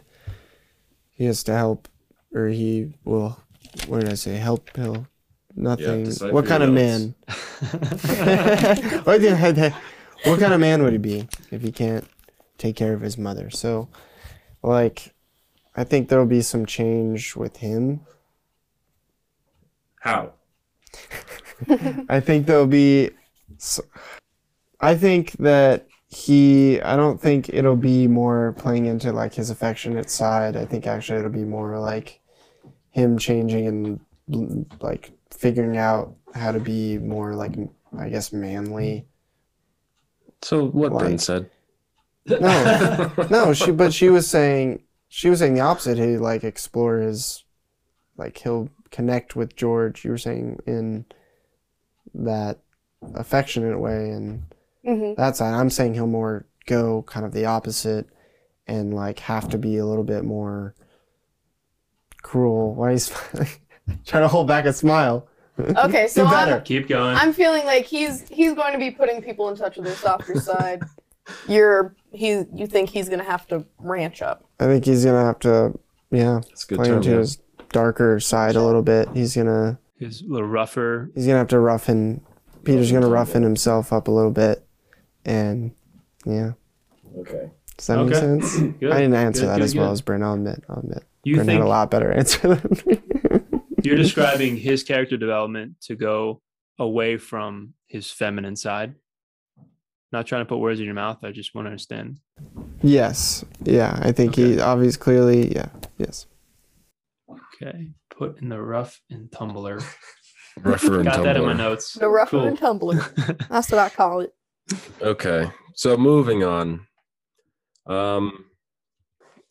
He has to help, or he will. What did I say? Help. He'll. Nothing. decipher what kind of your man? what, the- what kind of man would he be if he can't take care of his mother? So, like, I think there'll be some change with him. how I think there'll be. s- I think that he. I don't think it'll be more playing into like his affectionate side. I think actually it'll be more like him changing and l- like figuring out how to be more like I guess manly. so what Bryn said No. No, she. But she was saying she was saying the opposite. He like explore his, like he'll connect with George. You were saying in that affectionate way and Mm-hmm. that side. I'm saying he'll more go kind of the opposite and like have to be a little bit more cruel. Why are you smiling? trying to hold back a smile? Okay, so Do I'm, better. Keep going. I'm feeling like he's he's going to be putting people in touch with their softer side. You're he you think he's gonna have to ranch up. I think he's gonna have to, yeah, It's a good play term. into yeah. his darker side a little bit. He's gonna He's a little rougher. he's gonna have to roughen. Peter's gonna roughen himself up a little bit, and yeah, Okay. does that make Okay. sense? Good. I didn't answer Good, that good, as well good. as Bryn. I'll admit, I'll admit. You Bryn had think a lot better answer than me. you're Mm-hmm. describing his character development to go away from his feminine side? Not trying to put words in your mouth. I just want to understand. Yes, yeah, I think he obviously clearly, yeah, yes. Okay. Put in the rough and tumbler. Referendum. Got that in my notes. The rougher Cool. and tumbler. That's what I call it. Okay. So moving on. Um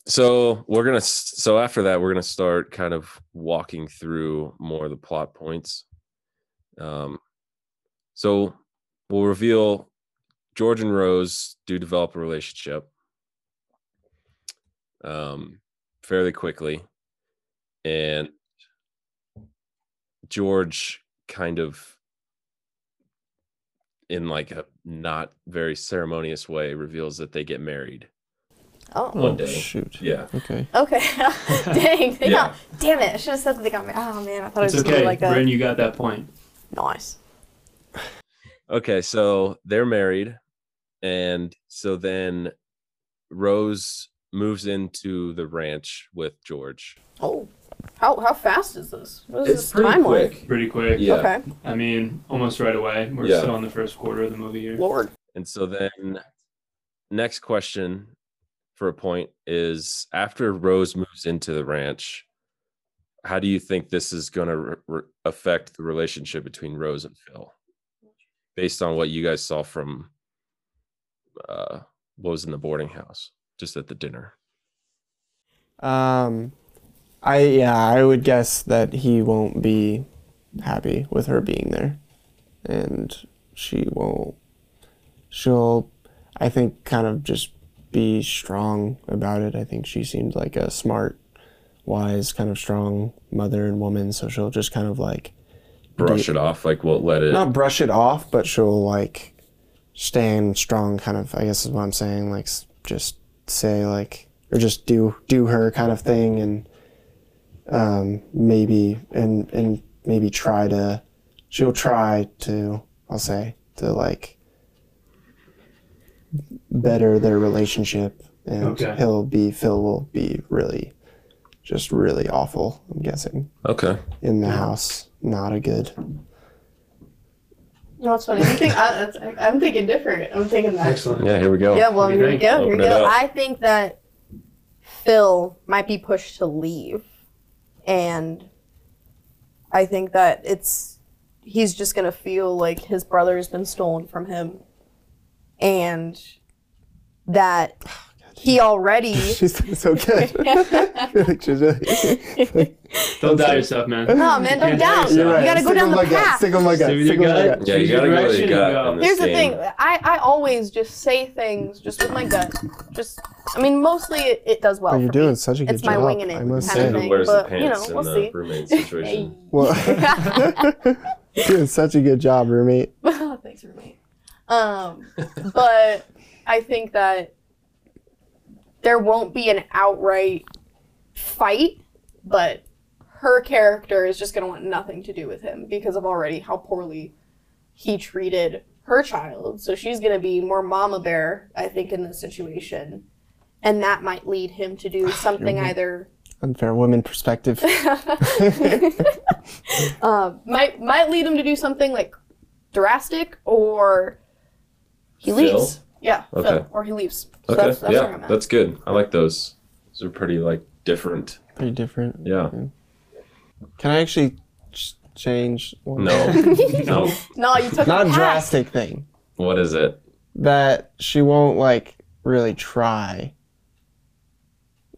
so we're going to so after that we're going to start kind of walking through more of the plot points. Um so we'll reveal George and Rose do develop a relationship um fairly quickly and George kind of in like a not very ceremonious way reveals that they get married. Oh. One Oh day. shoot. Yeah. Okay. Okay. Dang, they Yeah. got damn it, I should have said that they got me. Oh man, I thought It's it was gonna okay. be like a Bryn, you got that point. nice. Okay, so they're married and so then Rose moves into the ranch with George. Oh. How how fast is this? What is this time like? Pretty quick. Yeah. Okay. I mean, almost right away. We're Yeah. still in the first quarter of the movie here. Lord. And so then next question for a point is after Rose moves into the ranch, how do you think this is going to affect the relationship between Rose and Phil? Based on what you guys saw from uh, what was in the boarding house, just at the dinner. Um, I yeah, I would guess that he won't be happy with her being there, and she won't. She'll, I think, kind of just be strong about it. I think she seemed like a smart, wise, kind of strong mother and woman, so she'll just kind of like Brush it off, like we'll let it. not brush it off, but she'll like stand strong, kind of. I guess is what I'm saying. Like, s- just say like, or just do do her kind of thing, and um, maybe and and maybe try to. She'll try to. I'll say to like better their relationship, and Okay. he'll be Phil will be really, just really awful. I'm guessing Okay. in the house, not a good. No, it's funny. I think I, that's, I, I'm thinking different. I'm thinking that. Excellent. Yeah, here we go. Yeah, Oh, well, What do you here we think? go. Here we Open it go. up. I think that Phil might be pushed to leave, and I think that it's he's just gonna feel like his brother has been stolen from him, and that he already. She's so good. She's really- Don't doubt yourself, man. No man, don't You're doubt. right. You gotta go Stick down with the my gut, path. Stick with my gut. Stick with Stick your with my gut. gut. Yeah, you Choose your gotta go with direction your and gut. go. in this Here's the game. thing. I, I always just say things just with my gut. Just I mean, mostly it, it does well. Oh, you're for me. doing such a good It's my job. winging it I must kind Who say. of thing. wears the but, you pants know, we'll in see. the roommate situation? Well, doing such a good job, roommate. Thanks, roommate. Um, but I think that there won't be an outright fight, but her character is just going to want nothing to do with him because of already how poorly he treated her child. So she's going to be more mama bear, I think, in this situation. And that might lead him to do something either Unfair woman perspective. um, might might lead him to do something like drastic, or he Phil? leaves. Yeah, Phil, Okay. or he leaves. So Okay, that's, that's where yeah, I'm at. that's good. I like those. Those are pretty like different. Pretty different. Yeah. Can I actually ch- change? One? No. no. no, you took Not the a path. drastic thing. What is it? That she won't like really try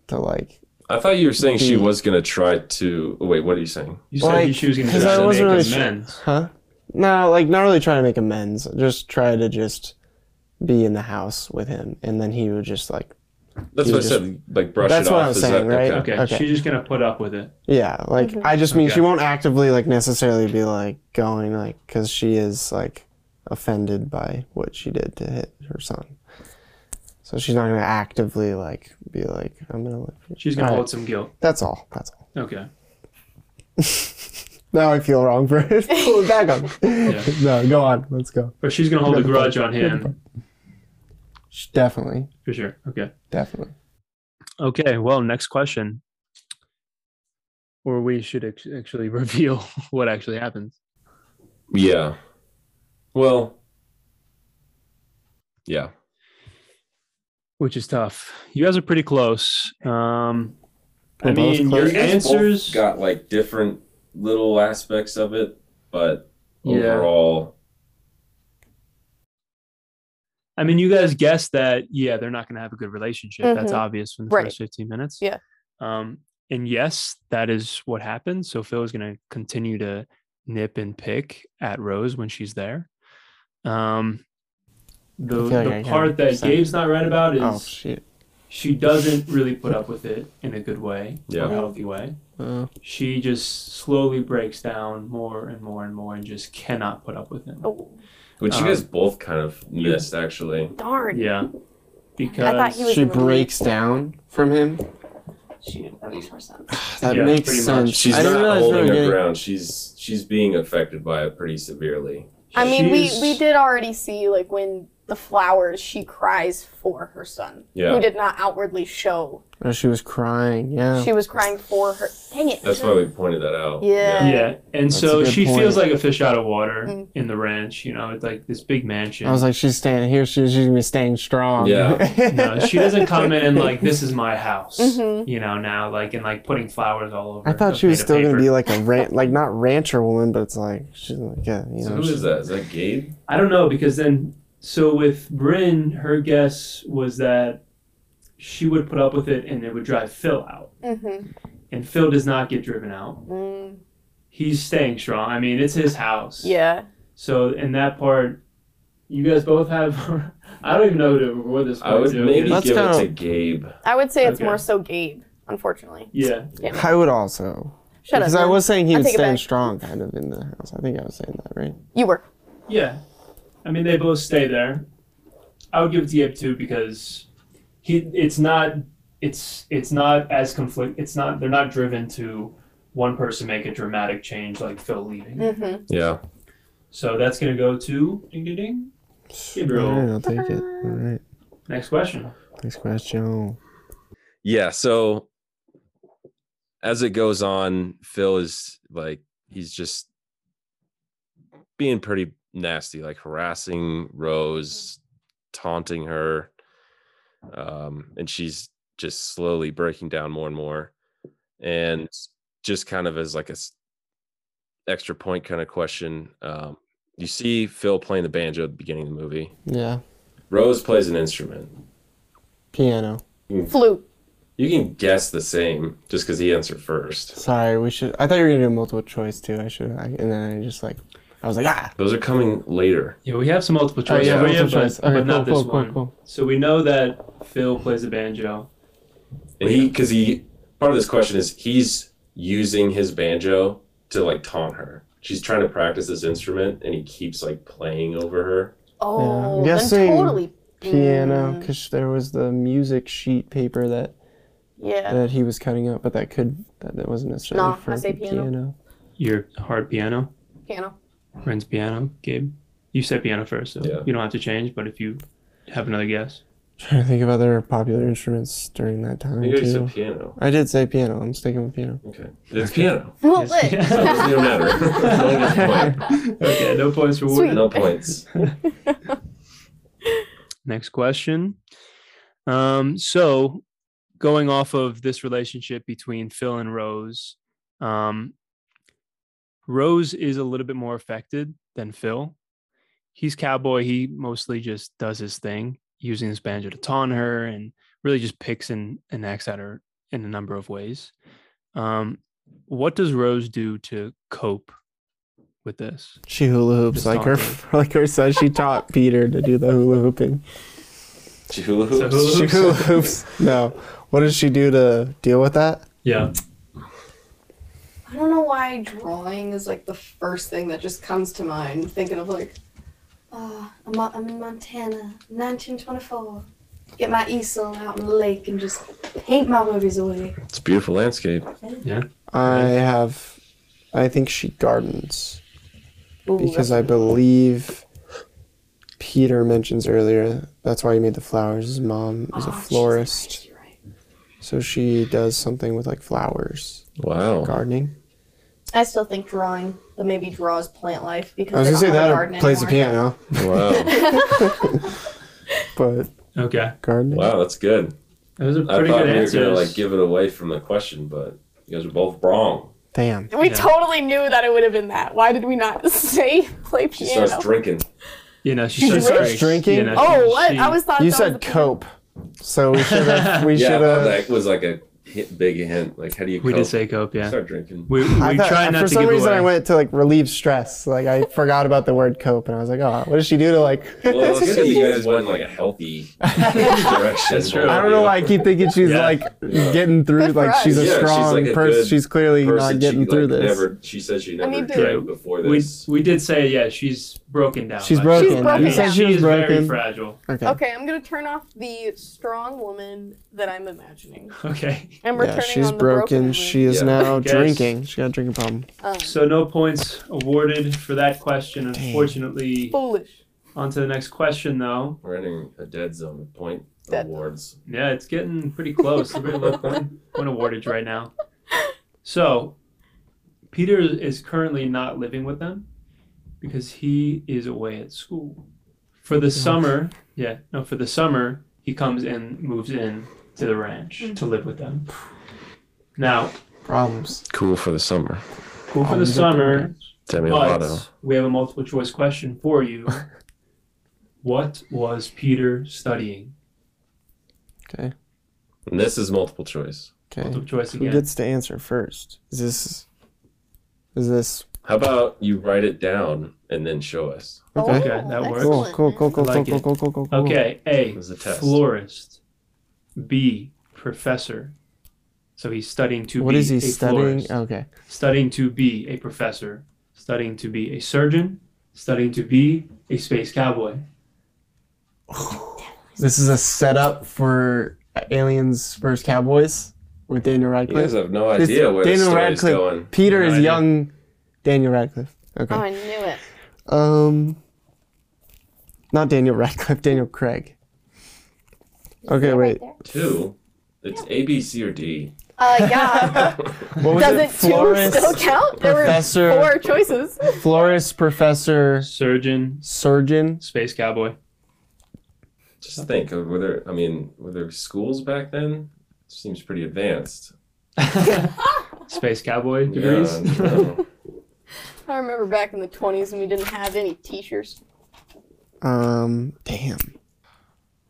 to like I thought you were saying she The- was gonna try to. oh, wait, what are you saying? You said Like, she was going to 'cause try I to make wasn't really sure. amends. Huh? No, like not really trying to make amends. Just try to just be in the house with him, and then he would just like That's You what just- I said. Like brush That's it what off. I'm Is saying, that- right? okay. Okay, Okay. she's just gonna put up with it. Yeah, like Mhm. I just mean Okay. she won't actively like necessarily be like going like because she is like offended by what she did to hit her son. So she's not gonna actively like be like I'm gonna. Live. She's gonna All right. hold some guilt. That's all. That's all. Okay. Now I feel wrong for it. Pull it back up. No, go on. Let's go. Or she's gonna hold a Good grudge on Good him Sh- Definitely, for sure. Okay. definitely. Okay. Well, next question. Or we should act- actually reveal what actually happens. Yeah. Well. Yeah. which is tough. You guys are pretty close. Um, I We're both mean, close. your You guys both answers. got like different little aspects of it, but Yeah. overall, I mean, you guys guessed that. Yeah, they're not going to have a good relationship. That's Mhm. obvious from the Right. first fifteen minutes. Yeah. Um, and yes, that is what happened. So Phil is going to continue to nip and pick at Rose when she's there. Um, the I feel like the I got part that upset. Gabe's not right about is Oh shit. she doesn't really put up with it in a good way, Yeah. or healthy way. Uh, She just slowly breaks down more and more and more, and just cannot put up with it. Oh, which Um, you guys both kind of missed actually. darn. Yeah. I thought Because he was she in the lead. breaks down from him. Shoot, that makes more sense. That Yeah, makes pretty much. sense. She's I didn't not realize we holding were her getting- ground. She's she's being affected by it pretty severely. I mean, we, She's- we did already see like when the flowers she cries for her son, Yeah. who did not outwardly show. Oh, she was crying. Yeah. She was crying for her. Dang it! That's why we pointed that out. Yeah. yeah, and That's a so good she point. feels like a fish out of water Mm. in the ranch. You know, it's like this big mansion. I was like, she's staying here. She, she's gonna be staying strong. Yeah. no, she doesn't come in like this is my house. Mhm. You know, now like and like putting flowers all over. I thought a she was plate of still gonna paper. be like a ran- like not rancher woman, but it's like she's like yeah, you So know. who she- is that? Is that Gabe? I don't know because then so with Bryn, her guess was that she would put up with it and it would drive Phil out, Mm-hmm. and Phil does not get driven out. Mm, He's staying strong. I mean, it's his house. yeah. So in that part, you guys both have. I don't even know who to reward this. I part would to. maybe Let's give go. it to Gabe. I would say it's Okay. more so Gabe, unfortunately. Yeah. I would also Shut because up. I man. was saying he I was take it staying back. strong kind of in the house. I think I was saying that right. You were. Yeah. I mean, they both stay there. I would give it to Gabe too because he. It's not. It's it's not as conflict. It's not. They're not driven to one person make a dramatic change like Phil leaving. Mm-hmm. Yeah. So that's gonna go to ding ding ding. All right, Gabriel. I'll take it. All right, Next question. next question. Yeah. So as it goes on, Phil is like he's just being pretty nasty, like harassing Rose, taunting her, um, and she's just slowly breaking down more and more, and just kind of as like a s- extra point kind of question. Um, you see Phil playing the banjo at the beginning of the movie. Yeah, Rose plays an instrument. piano. Flute. You can guess the same just because he answered first. Sorry, we should. I thought you were gonna do multiple choice too. I should. I, and then I just like, I was like ah. Those are coming later. Yeah, we have some multiple Oh, choice. yeah, for you, multiple but- choice. But, Okay, not cool, this cool, cool, one. cool. So we know that Phil plays the banjo. And he, because he, part of this question is he's using his banjo to like taunt her. She's trying to practice this instrument and he keeps like playing over her. Oh, I'm then guessing totally. Piano, Mm, because there was the music sheet paper that yeah. that he was cutting up, but that could that, that wasn't necessarily No, I for say the piano. Your hard piano. Piano. Ren's piano, Gabe. You said piano first, so Yeah. you don't have to change. But if you have another guess, Trying to think of other popular instruments during that time Maybe it's a too. piano. I did say piano. I'm sticking with piano. Okay. It's piano. Well, Yes. lit. So it doesn't even matter. It's only a point. okay, no points for Sweet. No points. Next question. Um, so, going off of this relationship between Phil and Rose, um, Rose is a little bit more affected than Phil. He's cowboy. He mostly just does his thing, using his banjo to taunt her, and really just picks and, and acts at her in a number of ways. Um, what does Rose do to cope with this? She hula hoops Just like her talking. like her son. She taught Peter to do the hula hooping. She hula hoops. So hula- She hula hoops. No. What did she do to deal with that? Yeah. I don't know why drawing is like the first thing that just comes to mind. Thinking of like, Uh, oh, I'm, mo- I'm in Montana, 1924. Get my easel out in the lake and just paint my worries away. It's a beautiful landscape. I have. I think she gardens because I believe Peter mentions earlier. That's why he made the flowers. His mom is a Oh, she's florist, right, you're right. so she does something with like flowers, Wow. gardening. I still think drawing, but maybe draws plant life because I was gonna say they don't that have a or garden plays the anymore. piano, Wow. but Okay. gardening. Wow, that's good. That was a I pretty thought good we were answer. gonna like give it away from the question, but you guys are both wrong. Damn. We Yeah. totally knew that it would have been that. Why did we not say play She piano? starts drinking. you know, she, She starts, starts drinking. drinking? You know, oh, she- what? she- I was thought You that was a said piano. cope, so we should have. We yeah, I should thought have. that was like a hit, big hint. Like, how do you? We cope? did say cope, yeah. Start drinking. We, we I thought- try not for to some give reason away. I went to like relieve stress. Like I forgot about the word cope, and I was like, oh, what does she do to like? Well, it's good that you guys went in, like a healthy direction. That's true. Both I of don't know you. why I keep thinking she's Yeah. like Yeah. getting through. Good for Like us. she's a Yeah, she's, strong like, a person. good She's clearly Person, not getting she, through like, this. Never, she said she never need to- drank before we, this. we did say, yeah, she's broken down. She's Like, broken. She's broken yeah, down. She was is very broken. fragile. Okay. Okay, I'm gonna turn off the strong woman that I'm imagining. Okay. And we're Yeah, turning she's on the broken. woman. She is Yeah. now Guys. drinking. She got a drinking problem. Um, So no points awarded for that question, Damn. unfortunately. foolish. On to the next question, though. We're entering a dead zone of point Dead. awards. Yeah, it's getting pretty close. We're getting low point, point awardage right now. So, Peter is currently not living with them because he is away at school. For the summer, yeah, no, for the summer, he comes and moves in to the ranch to live with them. Now, Problems. Um, Cool for the summer. cool for the Always a summer, Demi but we have a multiple choice question for you. What was Peter studying? Okay. And this is multiple choice. Okay. Multiple choice Who again. gets to answer first? Is this? Is this? How about you write it down and then show us? Okay. Okay, that Oh, works. Cool. excellent. Cool. Cool. Cool. I like cool, it. cool. Cool. Cool. Cool. Cool. Okay, A, was a test. florist. B, professor. So he's studying to What be is he a studying? Um, florist. Okay. Studying to be a professor. Studying to be a surgeon. Studying to be a space cowboy. This is a setup for Aliens vs. Cowboys with Daniel You guys Radcliffe. have no This- idea where the Daniel story's Radcliffe. going. Peter No is idea. young Daniel Radcliffe. Oh, Okay. I knew it. Um, not Daniel Radcliffe, Daniel Craig. Okay, wait. Two. It's A, B, C, or D. Uh, yeah. What was Doesn't it? two still Florist, count? There professor- were four choices. florist, professor, Surgeon, surgeon. space cowboy. Just think, of were there? I mean, were there schools back then? Seems pretty advanced. Space cowboy Yeah, degrees. no. I remember back in the 20s when we didn't have any t-shirts. Um, damn.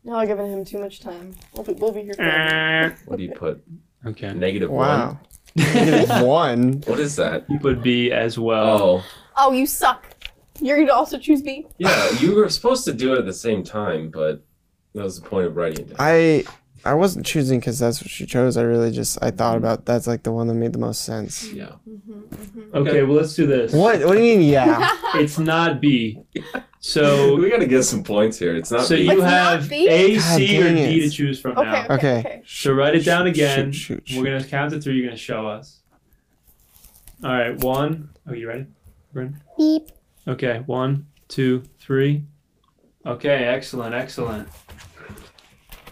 Now I've given him too much time. We'll be, we'll be here forever. okay. what do you put? Negative one. Wow. Negative one. What is that? He would be as well. Oh, Oh, you suck. You're going to also choose B? yeah. You were supposed to do it at the same time, but that was the point of writing it. down. I I wasn't choosing because that's what she chose. I really just I thought about that's like the one that made the most sense. Yeah. Mm-hmm, Oh, Okay, well let's do this. What? What do you mean? Yeah. It's not B. So we got to get some points here. It's not so me. you It's not have B? A, God C, or dang D it. to choose from Okay, now. okay, Okay. okay. So write it down Shoot, again. shoot, shoot. We're gonna count to three. You're gonna show us. All right, one. Oh, you ready, Bryn? Beep. Okay, one, two, three. Okay, excellent, excellent.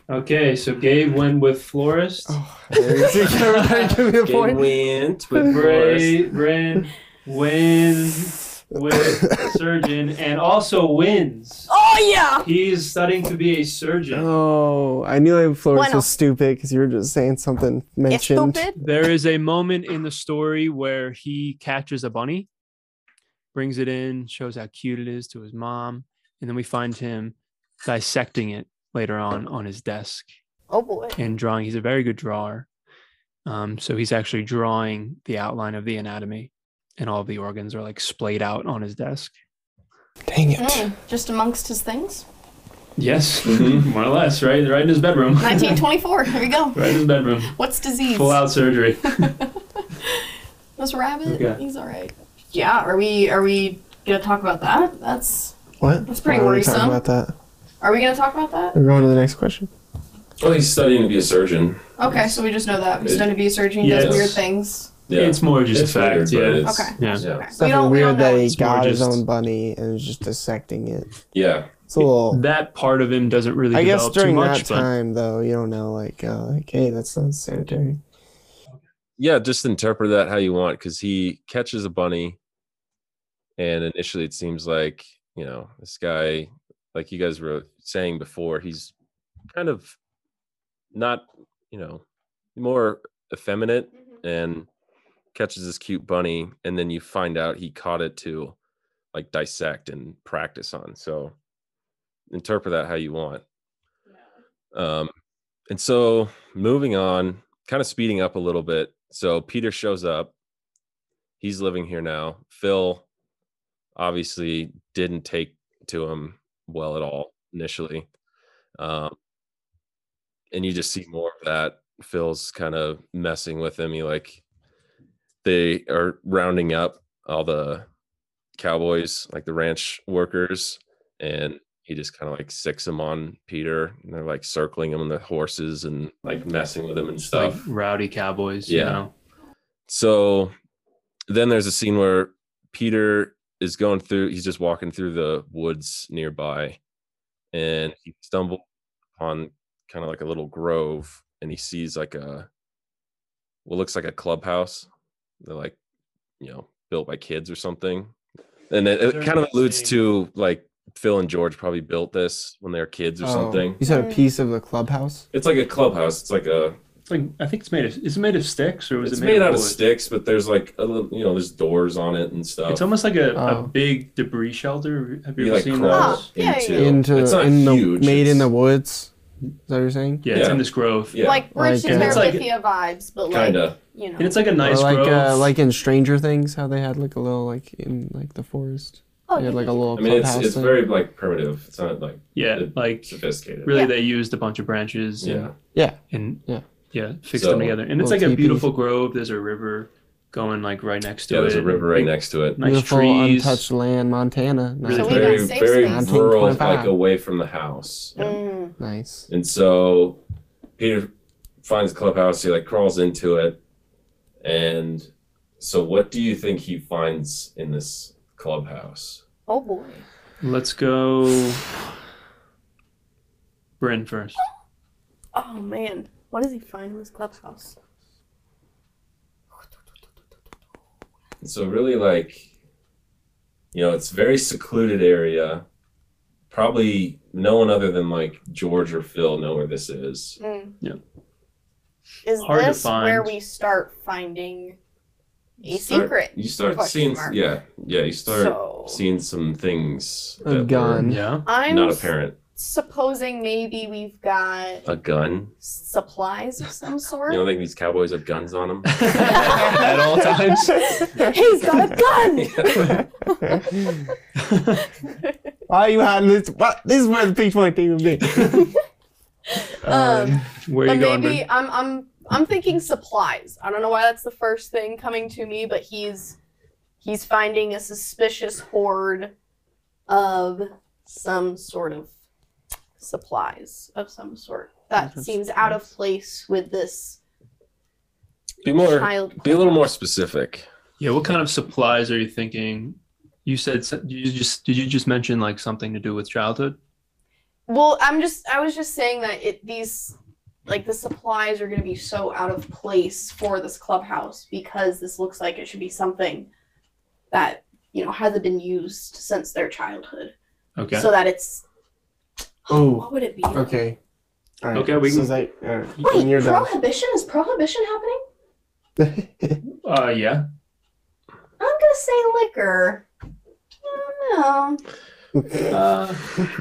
Okay, so Gabe went with florist. Oh, Give me a Game point. went with Morris. Bray, Bryn, win with surgeon, and also wins. Oh, yeah! He's studying to be a surgeon. Oh, I knew I Flores Bueno. was stupid because you were just saying something It's mentioned. stupid. There is a moment in the story where he catches a bunny, brings it in, shows how cute it is to his mom, and then we find him dissecting it later on on his desk Oh, boy. and drawing. He's a very good drawer. Um, so he's actually drawing the outline of the anatomy, and all the organs are like splayed out on his desk. Dang it. Hmm, Mm, just amongst his things? Yes, Mhm. Mm-hmm. more or less, right? Right in his bedroom. 1924. Here we go. Right in his bedroom. What's disease? Full out surgery. This rabbit. Okay. He's all right. Yeah. Are we? Are we gonna talk about that? That's. What? That's pretty Why are we talking worrisome. about that? Are we gonna talk about that? We're going to the next question. Well, Oh, he's studying to be a surgeon. Okay. So we just know that he's going to be a surgeon. He Yes. does weird things. Yeah. It's more just It's a fact. weird, but yeah. it's- Okay. Yeah. yeah. It's We definitely don't- we weird don't that know. he It's more got his just- own bunny and is just dissecting it. Yeah. It's a little. That part of him doesn't really I guess develop during too much, that time, though, you don't know, like, uh, like, hey, that's not sanitary. yeah, just interpret that how you want because he catches a bunny, and initially it seems like you know this guy, like you guys were saying before, he's kind of not, you know, more effeminate and catches this cute bunny, and then you find out he caught it to like dissect and practice on. So interpret that how you want. Um, and so moving on, kind of speeding up a little bit. So Peter shows up. He's living here now. Phil obviously didn't take to him well at all initially. Um, and you just see more of that. Phil's kind of messing with him. He like they are rounding up all the cowboys, like the ranch workers, and he just kind of like sicks him on Peter, and they're like circling him on the horses and like messing with him and but like stuff. rowdy cowboys. You Yeah. know? So then there's a scene where Peter is going through, he's just walking through the woods nearby and he stumbles upon kind of like a little grove and he sees like a what looks like a clubhouse. They're like, you know, built by kids or something. And it, it They're kind of alludes insane. to like Phil and George probably built this when they were Oh. kids or something. You said a piece of the clubhouse? It's like a clubhouse. It's like a. It's like I think it's made of is it made of sticks or was it's it made, out of wood? sticks, but there's like a little, you know, there's doors on it and stuff. It's almost like a, Oh. a big debris shelter. Have you, You, ever like seen crawl those? Oh, yeah, into. Into it's the, not in huge. the made in it's- the woods. Is that what you're saying? Yeah, it's Yeah. in this grove. Yeah. Like Rich Like, and uh, It's like- Terabithia vibes, but like kinda. you know. And it's like a Or nice like grove. uh, like in Stranger Things, how they had like a little like in like the forest. oh, They had like a little I mean, it's clubhouse it's thing. very like primitive. It's not like yeah, like sophisticated. really Yeah. they used a bunch of branches Yeah. and Yeah. and Yeah. yeah, fixed So- them together. And it's Little like a teepees. beautiful grove. There's a river going like right next to yeah. it. There's a river right Big- next to it. Nice Beautiful trees. untouched land, Montana. Nice. Really we got Very safe very space. rural, 1925. like away from the house. Mm. nice. And so Peter finds the clubhouse, he like crawls into it. And so what do you think he finds in this clubhouse? Oh boy. Let's go Bryn first. Oh man. What does he find in this clubhouse? And so really like you know, it's a very secluded area. Probably no one other than like George or Phil know where this is. Mm. Yeah. Is Hard to this where find. we start finding a Start- secret? You start Question seeing mark. yeah, yeah, you start So seeing some things A that gun. Yeah. were I'm not apparent. supposing maybe we've got A gun. supplies of some You sort. don't think these cowboys have guns on them? At all times. He's got a gun. Why are you hiding this? What? This is where the peach point thing would be. Um, Where are you but going, maybe Bryn? I'm I'm I'm thinking supplies. I don't know why that's the first thing coming to me, but he's he's finding a suspicious hoard of some sort of supplies of some sort that seems out of place with this Be more, child. be a little more specific. Yeah, what kind of supplies are you thinking? You said s- you just did you just mention like something to do with childhood? Well, I'm just I was just saying that it these like the supplies are going to be so out of place for this clubhouse because this looks like it should be something that you know hasn't been used since their childhood. Okay. So that it's oh, what would it be? okay. All right. Okay, we so can- Zach, all right, Wait, and you're done. prohibition is prohibition happening? uh yeah. I'm gonna say liquor. I don't know. Uh,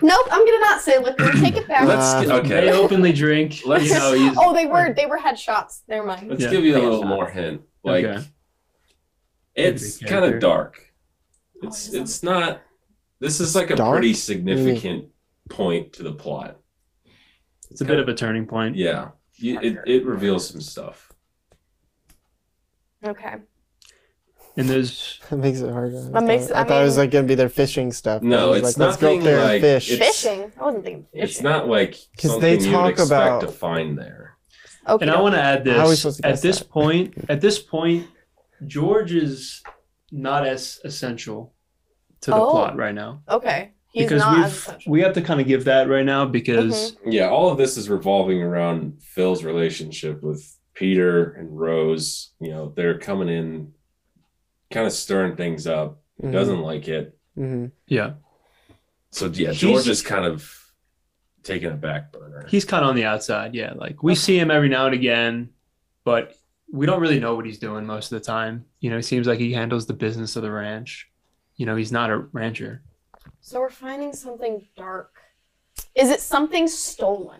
Nope, I'm going to not say liquor. Take it back. Let's Uh, They okay. openly drink. Let's- you know, you- oh, they were they were headshots. Never mind. Let's Yeah. give you a Yeah. little more hint. Like Okay. it's Maybe kind character. of dark. It's it's not. This is like a Dark? Mm. pretty significant point to the plot. It's a bit of a turning point. Yeah, You- it, it reveals some stuff. Okay. And there's That makes it harder. I, That makes- thought, I I thought it was mean- like gonna be their fishing stuff. No, It was it's like, let's go up nothing there like- and fish. it's- Fishing. I wasn't thinking fishing. It's not like 'Cause something they you talk would expect about- to find there. Okay. and I want to add How are we this supposed to at guess this that? point. At this point, George is not as essential to the Oh. plot right now Okay. He's because not as Mm-hmm. we've we have to kind of give that right now because Yeah, all of this is revolving around Phil's relationship with Peter and Rose. You know, they're coming in, kind of stirring things up. Mm-hmm. Doesn't like it. hmm yeah, So yeah, He's- George is kind of taking a back burner. he's kind of on the outside. Yeah, like we see him every now and again, but we don't really know what he's doing most of the time. You know, it seems like he handles the business of the ranch. You know, he's not a rancher. So we're finding something dark. Is it something stolen?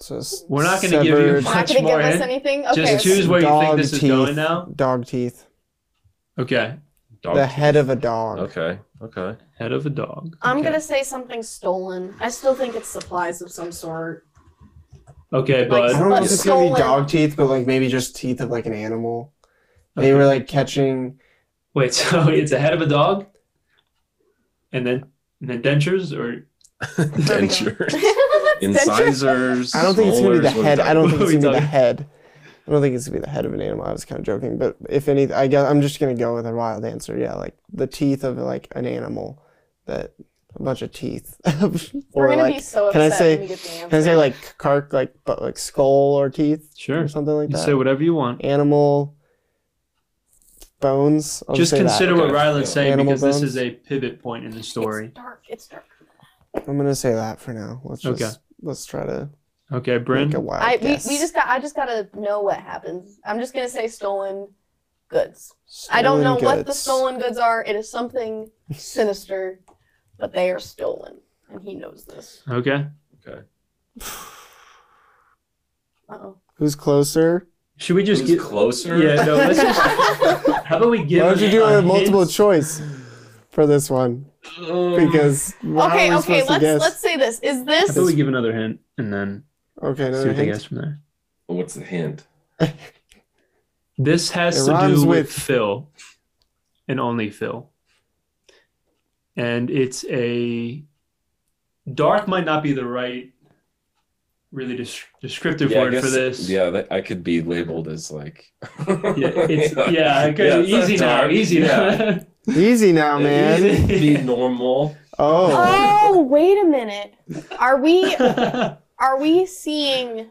So it's We're not gonna give you severed Not Much gonna give more, us eh? anything. Okay. Just choose where you Dog think this teeth. is going now. dog teeth. Okay, Dog the teeth. head of a dog. Okay. Okay. head of a dog. I'm Okay. gonna say something stolen. I still think it's supplies of some sort. Okay, I but don't know But if it's gonna be stolen. dog teeth, but like maybe just teeth of like an animal. They were like catching. wait. So it's a head of a dog, and then and then dentures, or Dentures. Incisors. I don't think it's gonna be the molars, what are we head. I talking about? don't think What are it's we gonna be the talking- head. I don't think it's gonna be the head of an animal. I was kind of joking, but if any, I guess I'm just gonna go with a wild answer. Yeah, like the teeth of like an animal, that a bunch of teeth. We're or gonna be like, so upset can I say- when we get the answer. can I say like cark, like but like skull or teeth sure, or something like you that? say whatever you want. animal bones. I'll Just say that. consider what Okay. Ryland's Yeah. saying Animal because this bones. is a pivot point in the story. It's dark. It's dark. I'm gonna say that for now. Let's just Okay. let's try to Okay, make a Bryn. wild I we, guess. we just got I just gotta know what happens. I'm just gonna say stolen goods. I don't know what the goods. stolen goods are. It is something sinister, but they are stolen, and he knows this. Okay, Uh oh. Who's closer? should we just Who's get? closer. Yeah, no. Let's just. How about we give? Why don't you it do a a multiple hint? choice for this one? Because how are Okay, we okay. supposed to Let's guess? let's say this. Is How this about we give another hint and then Okay, see no what they hint. guess from there? What's the hint? This has It to rhymes do with with- Phil and only Phil. And it's a dark might not be the right really des- descriptive Yeah, I word for guess- this. Yeah, that, I could be labeled as like. Yeah, it's yeah, okay, Yeah, it's not easy now, dark. easy now. Easy now, man. Easy. Be normal. Oh, Oh, wait a minute. Are we are we seeing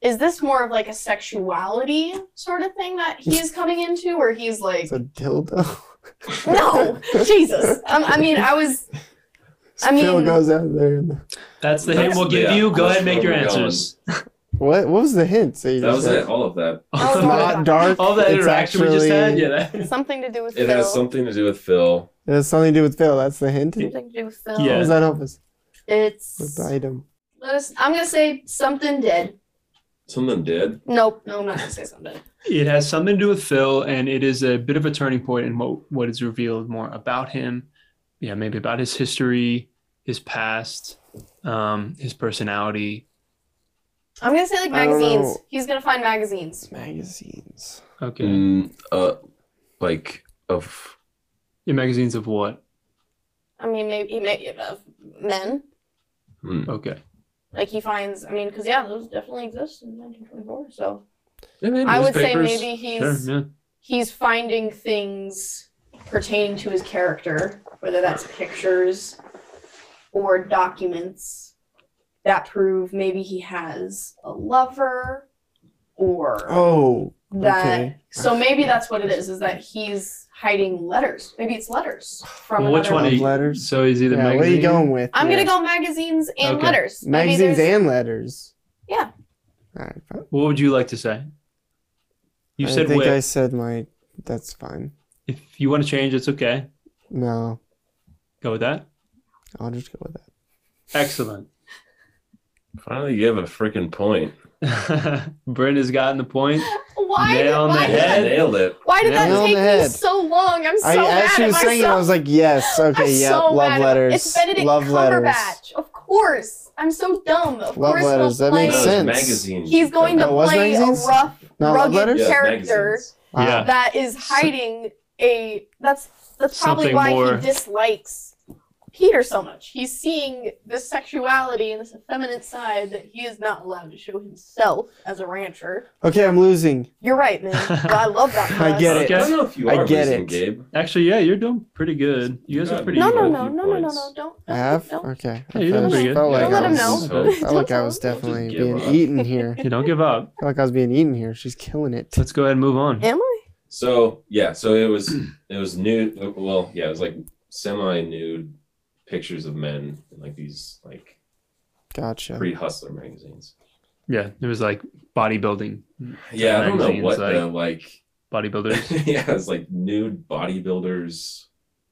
is this more of like a sexuality sort of thing that he is coming into or he's like it's a dildo. no jesus um, i mean i was I Phil mean- goes out there. and- That's the hint That's- we'll give yeah, you. Go that's ahead and make where your we're answers. What? What was the hint? So you That just was said- it. All of that. That It's was not dark. All that it's interaction actually, we just had, yeah. that- something to do with It Phil. has something to do with Phil. It has something to do with Phil. That's the hint. something to do with Phil. Yeah. What does that help us with it's the item? Let us. I'm gonna say something dead. Something did. nope No, I'm not gonna say something dead. It has something to do with Phil, and it is a bit of a turning point in what, what is revealed more about him. Yeah, maybe about his history, his past, um, his personality. i'm gonna say like I don't magazines know. he's gonna find magazines Magazines. Okay. Mm, uh, like of Your magazines of what? i mean maybe he may of men mm, Okay. like he finds i mean because yeah those definitely exist in 1924 so yeah, maybe i would say newspapers. maybe he's Sure. Yeah. he's finding things pertaining to his character, whether that's pictures or documents that prove maybe he has a lover or Oh, that. okay. So maybe that's what it is: is that he's hiding letters. Maybe it's letters from Well, which another- one? Are Love you, letters. So he's either yeah, magazine. what are you going with? I'm Yeah. gonna go magazines and Okay. letters. Maybe magazines there's- and letters. Yeah. All right. fine. What would you like to say? You I said think whip. I said my. That's fine. If you want to change, it's okay. No, Go with that. I'll just go with that. Excellent. finally give a freaking point. Bryn has gotten the point. Why? Nail on the why, head. Nailed it. why Why did Nail that on take the me head. so long? I'm so I, mad as she at was saying, it, I myself. was like, yes, I'm okay, yeah, so love mad. letters, It's Benedict love Cumberbatch. letters. Of course. I'm so dumb. Of Love course letters, he'll that makes play- sense. Magazine. He's going to That was play a magazines? rough, Not love rugged letters? Yeah, character magazines. Wow. Yeah. that is hiding a. That's that's probably Something why more- he dislikes Peter so much. He's seeing this sexuality and this effeminate side that he is not allowed to show himself as a rancher. Uh, Okay, I'm losing. You're right, man. But I love that. I mess. get it. I don't know if you I are get losing, it. Gabe. Actually, yeah, you're doing pretty good. You guys are Yeah. pretty. No, no, Few no, no, no, no, points. Uh, no. Don't. I have? Don't. Okay. I Yeah, you're doing felt- pretty good. Felt Don't like let I him was, know. Felt like I was Don't definitely give being up. eaten here. You don't give up. felt like I was being eaten here. She's killing it. Let's go ahead and move on. Am I? So yeah, so it was it was nude. Well, yeah, it was like semi-nude pictures of men in like these like Gotcha. pre-hustler magazines. Yeah, it was like bodybuilding, Yeah, I don't know Magazines, what like- the like. bodybuilders. yeah, it's like nude bodybuilders.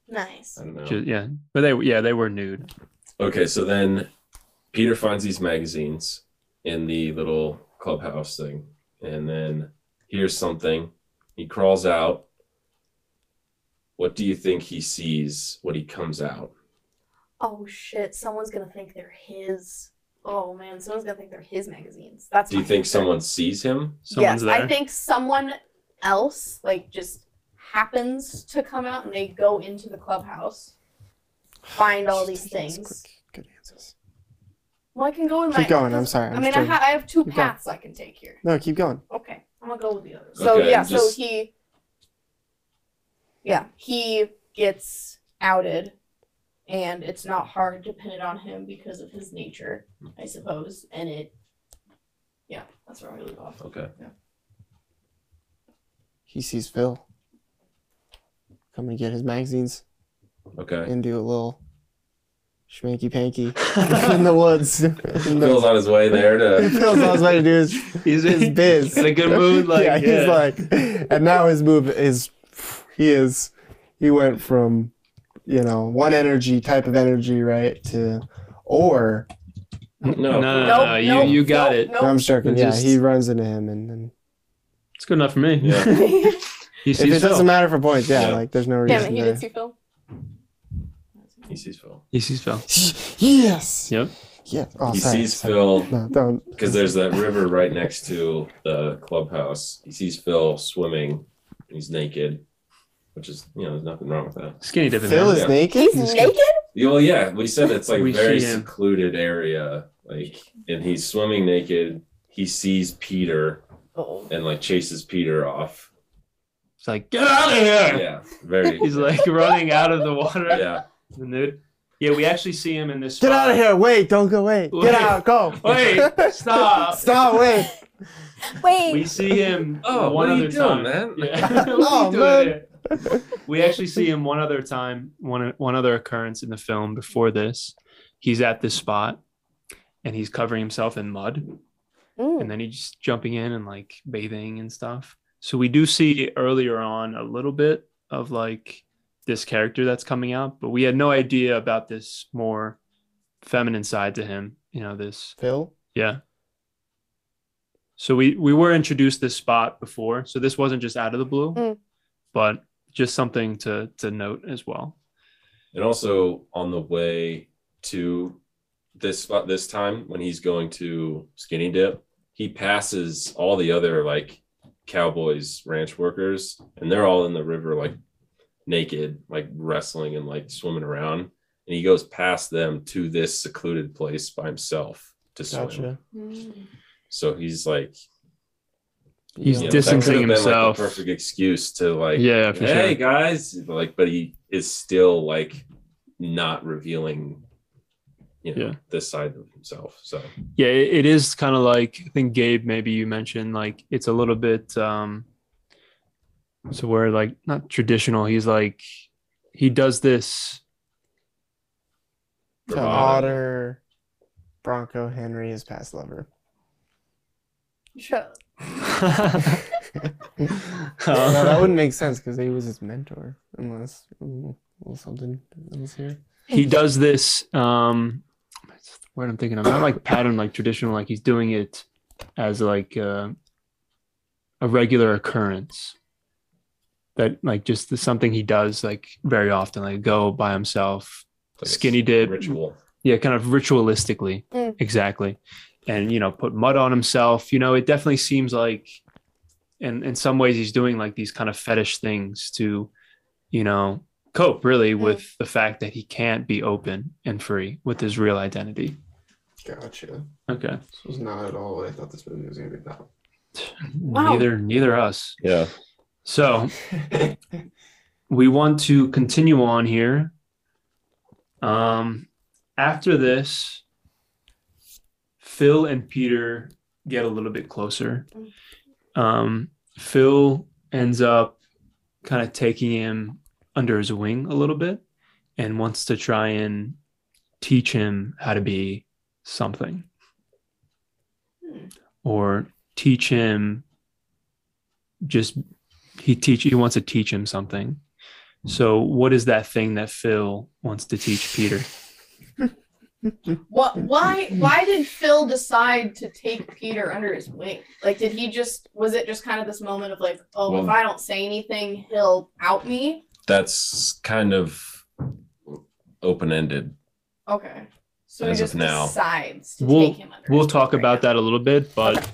Nice. I don't know. Ju- yeah, but they yeah they were nude. Okay, so then Peter finds these magazines in the little clubhouse thing, and then hears something. He crawls out. What do you think he sees when he comes out? Oh shit! Someone's gonna think they're his. Oh man, someone's gonna think they're his magazines. That's. Do you my think answer. someone sees him? Someone's yes, there. I think someone else like just happens to come out and they go into the clubhouse, find all these That's things. quick. Good answers. Well, I can go in my. Keep going. I'm sorry. I I'm mean, I, straight- ha- I have two Keep going. paths I can take here. No, keep going. Okay, I'm gonna go with the other. So Okay, yeah, just- so he, yeah, he gets outed, and it's not hard to pin it on him because of his nature, I suppose. And it, yeah, that's where I leave off. Okay. He sees Phil. Come and get his magazines Okay. and do a little schmanky panky in the woods. In Phil's the- on his way there to. Phil's all he's about to do is He's his biz. in a good mood. Like yeah, he's like, and now his move is, he is, he went from, you know, one energy type of energy, right, to, or no, no, No. no, Nope, no, you nope, you got nope, it. nope. I'm joking. Yeah, Just- he runs into him, and, and It's good enough for me. Yeah. he if it sees Phil. doesn't matter for points, yeah, Yeah. like there's no Damn it, reason. he did see Phil. He sees Phil. He sees Phil. to... Yes. Yep. Yes. Oh, he sorry. sees sorry. Phil No, don't. because there's that river right next to the clubhouse. He sees Phil swimming and he's naked, which is, you know, there's nothing wrong with that. Skinny dipping. Phil man. is Yeah. naked. He's He's- naked? Yeah, Well, yeah, we said it's like a We very see him. secluded area, like, and he's swimming naked. He sees Peter Oh, and like chases Peter off. It's like get out of here. Yeah, very. He's like running out of the water. yeah, The nude. Yeah, we actually see him in this. Get spot. out of here! Wait! Don't go! Wait! Wait. Get out! Go! Wait, stop. Stop! Wait! Wait. We see him Oh, one what are other you time. doing, man? Yeah. What are you Oh, doing man. here? We actually see him one other time, one one other occurrence in the film before this. He's at this spot and he's covering himself in mud Mm. and then he's just jumping in and like bathing and stuff. So we do see earlier on a little bit of like this character that's coming out, but we had no idea about this more feminine side to him, you know, this Phil. yeah. So we we were introduced this spot before, so this wasn't just out of the blue, Mm. but just something to to note as well. And also on the way to this spot this time when he's going to skinny dip, he passes all the other like cowboys ranch workers and they're all in the river like naked, like wrestling and like swimming around. And he goes past them to this secluded place by himself to swim. Gotcha. Mm. So he's like He's you know, that could have distancing been, like, the himself. perfect excuse to like yeah, for hey sure. guys like but he is still like not revealing you know Yeah. this side of himself so Yeah, it, it is kind of like I think Gabe, maybe you mentioned like it's a little bit um so where like not traditional. He's like he does this. To honor Bronco Henry, his past lover. shut up. No, that Um, wouldn't make sense because he was his mentor, unless mm, well, something else here. he does this um that's the word i'm thinking of not like pattern like traditional like he's doing it as like uh, a regular occurrence that like just the, something he does like very often, like go by himself, Like a Skinny dip. ritual. yeah, kind of ritualistically, Mm. exactly, and you know put mud on himself. You know, it definitely seems like, and in some ways, he's doing like these kind of fetish things to, you know, cope really Mm. with the fact that he can't be open and free with his real identity. Gotcha. Okay, This was not at all what I thought this movie was gonna be about. Wow. neither neither us. Yeah. So we want to continue on here. Um, after this, Phil and Peter get a little bit closer. Um, Phil ends up kind of taking him under his wing a little bit and wants to try and teach him how to be something or teach him just he teach he wants to teach him something so what is that thing that phil wants to teach peter What? Why? Why did Phil decide to take Peter under his wing? Like, did he just? Was it just kind of this moment of like, oh, if Well- I don't say anything, he'll out me? That's kind of open ended. Okay. So As he of just now. decides to We'll- take him under. we'll his talk wing right about that a little bit but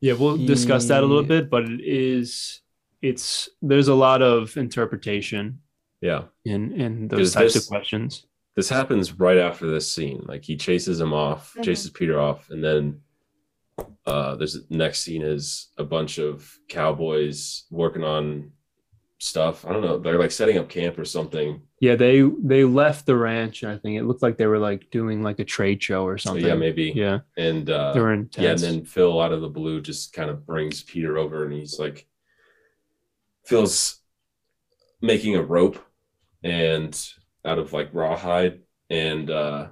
yeah we'll discuss that a little bit but it is it's there's a lot of interpretation Yeah. in in Is those types this- of questions This happens right after this scene. Like he chases him off, chases Peter off, and then uh there's next scene is a bunch of cowboys working on stuff. I don't know. They're like setting up camp or something. yeah they they left the ranch and i think it looked like they were like doing like a trade show or So something yeah, maybe. yeah And uh they were intense Yeah, and then Phil out of the blue just kind of brings Peter over and he's like Phil's making a rope and out of like rawhide and uh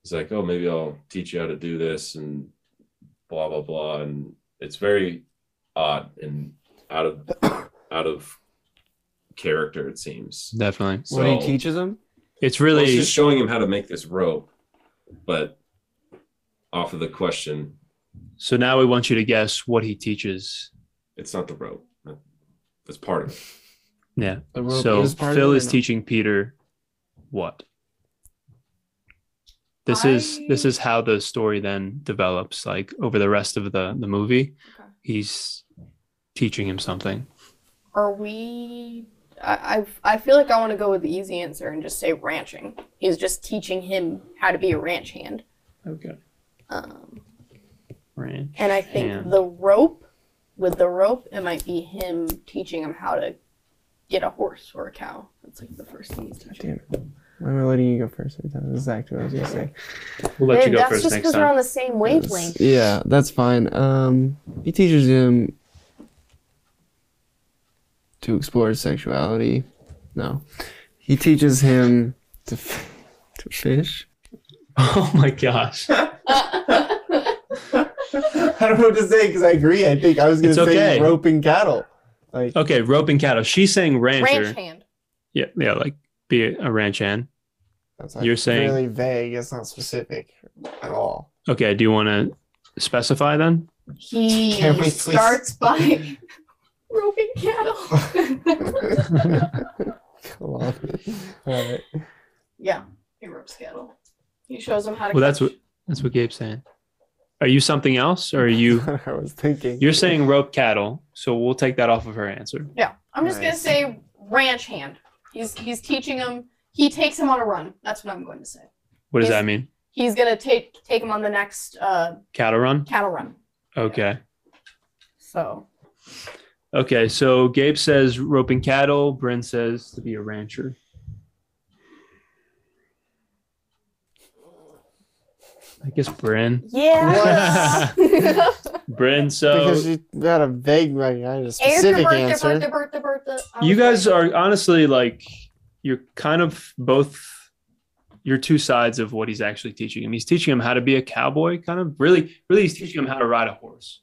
he's like, Oh, maybe I'll teach you how to do this and blah blah blah and it's very odd and out of out of character it seems. definitely So what he teaches him? it's well, really it's just showing him how to make this rope, but off of the question, so now we want you to guess what he teaches It's not the rope. That's part of it. yeah The so Phil is teaching teaching. Peter what? This is this I- is how the story then develops. Like over the rest of the the movie, Okay. he's teaching him something. Are we? I, I I feel like I want to go with the easy answer and just say ranching. He's just teaching him how to be a ranch hand. Okay. Um, Right. and I think Hand. the rope, with the rope, it might be him teaching him how to get a horse or a cow. That's like the first thing he's teaching. Damn it. Why am I letting you go first every time? This is exactly what I was gonna say. We'll let Babe, you go that's first just next because we're time. on the same wavelength. Yeah, that's fine. Um, he teaches him to explore his sexuality. No, he teaches him to f- to fish. oh my gosh! I don't know what to say because I agree. I think I was It's okay. Oh, roping cattle. Like Okay, roping cattle. She's saying rancher. Ranch hand. yeah, yeah, like be a, a ranch hand. that's You're saying- really vague. It's not specific at all. Okay, do you want to specify then? He Can we please- starts by roping cattle. Come on. All right. Yeah. He ropes cattle. He shows him how to. Well, that's catch. what that's what Gabe's saying. Are you something else, or are you? I was thinking. You're saying rope cattle, so we'll take that off of her answer. Yeah. I'm just gonna Nice. say ranch hand. He's he's teaching him. He takes him on a run. That's what I'm going to say. What does Is- that mean? He's gonna take take him on the next uh, Cattle run? cattle run. Okay. So Okay. So Gabe says roping cattle. Bryn says to be a rancher. I guess Bryn. Yeah. Bryn, because so you had a vague, like, I had a specific answer. Bertha, Bertha, Bertha. I you was guys like- are honestly like, you're kind of both, you're two sides of what he's actually teaching him. He's teaching him how to be a cowboy, kind of. Really, really, he's teaching him how to ride a horse.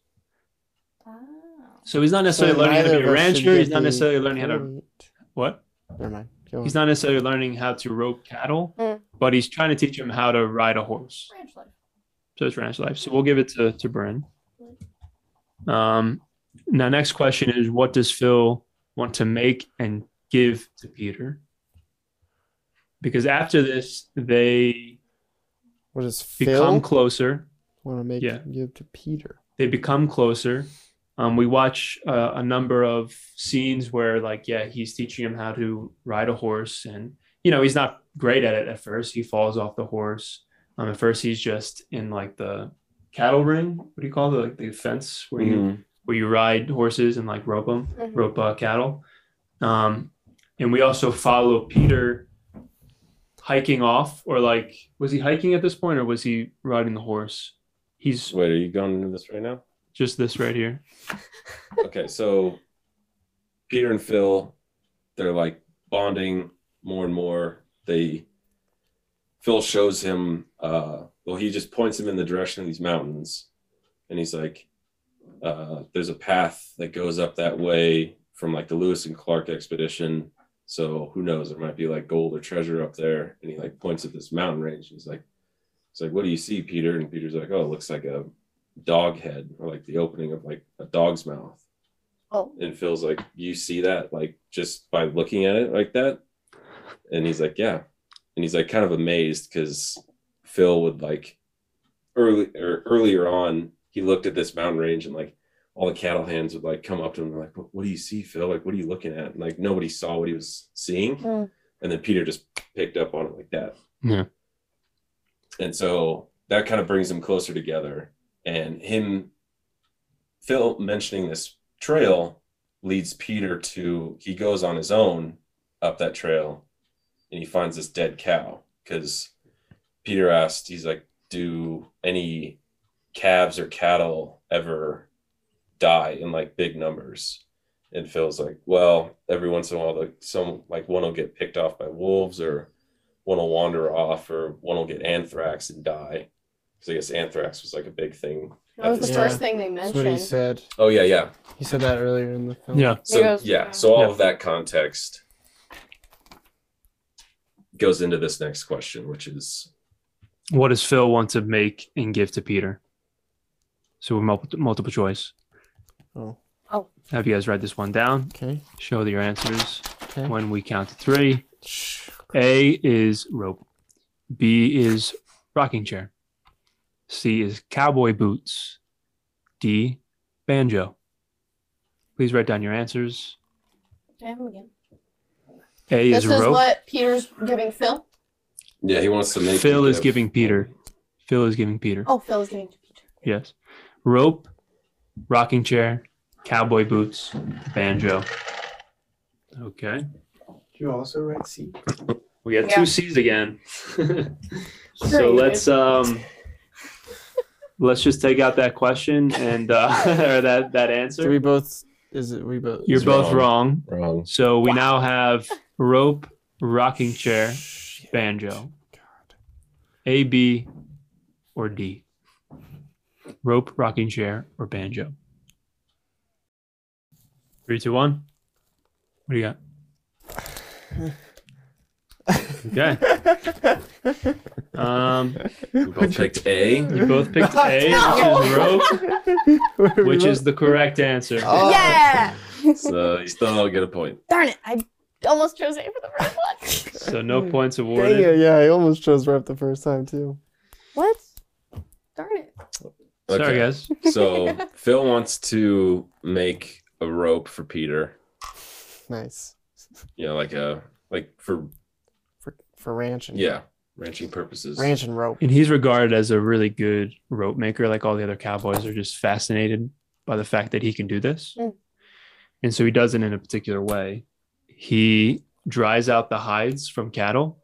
So he's not necessarily learning how to be Mm. a rancher. He's not necessarily learning how to, what? Never mind. Go He's on. not necessarily learning how to rope cattle, Mm. but he's trying to teach him how to ride a horse. Ranch life. So it's ranch life. So we'll give it to to Bryn. Um, Now, next question is what does Phil want to make and give to Peter? Because after this, they What does Phil become closer. want to make yeah. give to Peter? They become closer. Um, we watch uh, a number of scenes where, like, yeah, he's teaching him how to ride a horse, and you know he's not great at it at first. He falls off the horse. Um, at first, he's just in like the cattle ring. What do you call the like, the fence where Mm-hmm. you where you ride horses and like rope them, Mhm. rope uh, cattle. Um, and we also follow Peter hiking off, or like, was he hiking at this point, or was he riding the horse? He's Wait, are you going into this right now? just this right here. okay, so Peter and Phil, they're like bonding more and more. They Phil shows him uh well he just points him in the direction of these mountains and he's like uh there's a path that goes up that way from like the Lewis and Clark expedition. So who knows, there might be like gold or treasure up there. And he like points at this mountain range. He's like he's like, What do you see, Peter? And Peter's like, Oh, it looks like a dog head or like the opening of like a dog's mouth. Oh. And Phil's like, You see that like just by looking at it like that? And he's like, Yeah. And he's like kind of amazed because Phil would like early or earlier on, he looked at this mountain range and like all the cattle hands would like come up to him and like, what, what do you see, Phil? Like, what are you looking at? And like nobody saw what he was seeing. Mm. And then Peter just picked up on it like that. Yeah. And so that kind of brings them closer together. And him, Phil mentioning this trail leads Peter to, he goes on his own up that trail and he finds this dead cow because Peter asked, he's like, do any calves or cattle ever die in like big numbers? And Phil's like, well, every once in a while, like some like one will get picked off by wolves or one will wander off or one will get anthrax and die. Because I guess anthrax was like a big thing. That was the Yeah. first thing they That's what he mentioned. said. Oh yeah, yeah. He said that earlier in the film. Yeah. So goes- yeah, so all Yeah. of that context goes into this next question, which is What does Phil want to make and give to Peter? So we're mul- multiple choice. Oh, Have you guys write this one down? okay. Show your answers Okay. when we count to three. Shh. A is rope. B is rocking chair. C is cowboy boots. D, banjo. Please write down your answers. Can I have 'em again? A This is is rope. what Peter's giving Phil. yeah, he wants to make Phil is giving Peter. Phil is giving Peter. Oh, Phil's getting to Peter. Yes. Rope, rocking chair, cowboy boots, banjo. Okay. you also write C? We got Yeah. two C's again. so Great. let's um let's just take out that question and uh or that that Do answer. we both? Is it we both? You're It's both wrong. wrong. wrong. So we now have rope, rocking chair, banjo. A, B, or D. Rope, rocking chair, or banjo. Three, two, one. What do you got? Okay. Um, We both picked A. you both picked A, which is rope, which is the correct answer. Oh. Yeah! So uh, you still don't get a point. Darn it. I almost chose A for the right one. So no points Dang awarded. it, yeah, I almost chose rep the first time too. What? Darn it. Sorry, guys. So Phil wants to make a rope for Peter. Nice You know, like a like for for for ranch and yeah, ranching purposes. ranch and rope. And he's regarded as a really good rope maker. Like all the other cowboys are just fascinated by the fact that he can do this. Mm. And so he does it in a particular way. He dries out the hides from cattle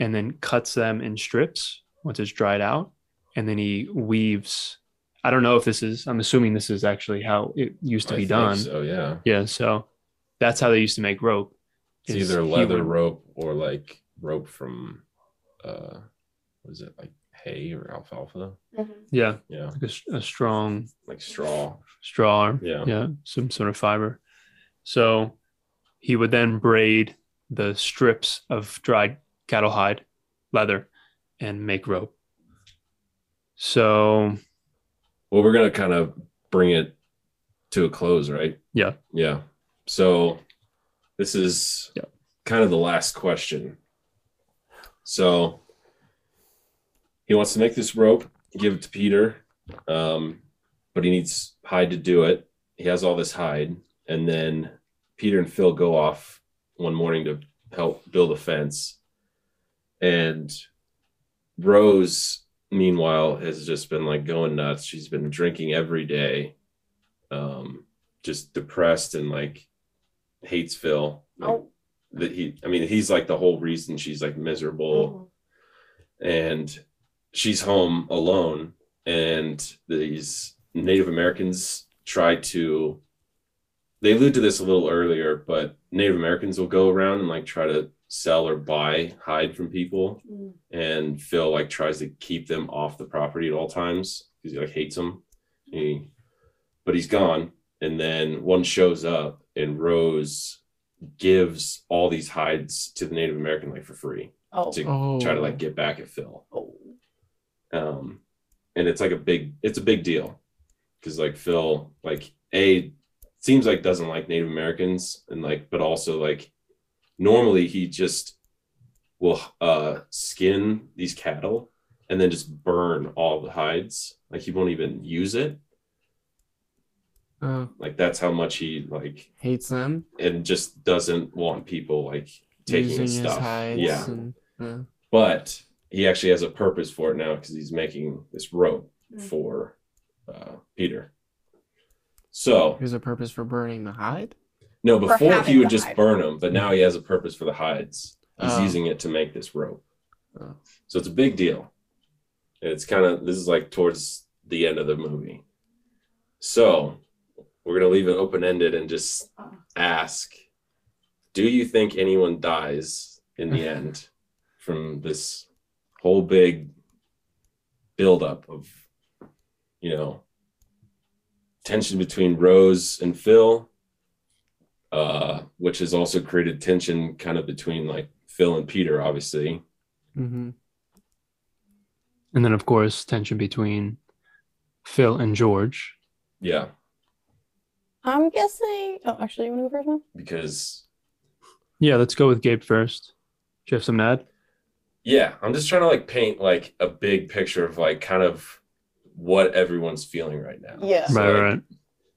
and then cuts them in strips once it's dried out. And then he weaves. I don't know if this is, I'm assuming this is actually how it used to I be think done. So yeah. Yeah. So that's how they used to make rope. It's is either he leather would- rope or like rope from uh what is it like hay or alfalfa? Yeah. Yeah. Like a s- a strong Like straw. straw or Yeah. yeah some sort of fiber so he would then braid the strips of dried cattle hide leather and make rope so Well, we're gonna kind of bring it to a close, right? Yeah. Yeah. So this is Yeah. kind of the last question. So he wants to make this rope, give it to Peter, um, but he needs hide to do it. He has all this hide, and then Peter and Phil go off one morning to help build a fence, and Rose, meanwhile, has just been like going nuts. She's been drinking every day, um, just depressed and like hates Phil. Like, Oh. That he, I mean, he's like the whole reason she's like miserable Mm-hmm. and she's home alone and these native americans try to they allude to this a little earlier but native americans will go around and like try to sell or buy hide from people Mm. and phil like tries to keep them off the property at all times because he like hates them he, but he's gone and then one shows up and rose gives all these hides to the native american like for free Oh. to Oh, try to like get back at Phil. Oh. Um, and it's like a big, it's a big deal because like Phil, like a seems like doesn't like Native Americans and like, but also like normally he just will uh skin these cattle and then just burn all the hides. Like he won't even use it. Oh, Like that's how much he like hates them. and just doesn't want people like taking using his his stuff. hides. yeah. And, uh, but he actually has a purpose for it now because he's making this rope Hmm. for uh, Peter. So here's a purpose for burning the hide. no, before having he would the just hide. burn them, but now he has a purpose for the hides. He's Oh. using it to make this rope. Oh. So it's a big deal. And It's kind of this is like towards the end of the movie. So we're gonna leave it open ended and just ask: Do you think anyone dies in the end from this whole big buildup of, you know, tension between Rose and Phil? uh, which has also created tension kind of between like Phil and Peter, obviously. Mm-hmm. And then, of course, tension between Phil and George. Yeah, I'm guessing. Oh, actually, you want to go first one? because Yeah, let's go with Gabe first. Do you have some ad? yeah, I'm just trying to like paint like a big picture of like kind of what everyone's feeling right now. Yeah. So, Right, like, right.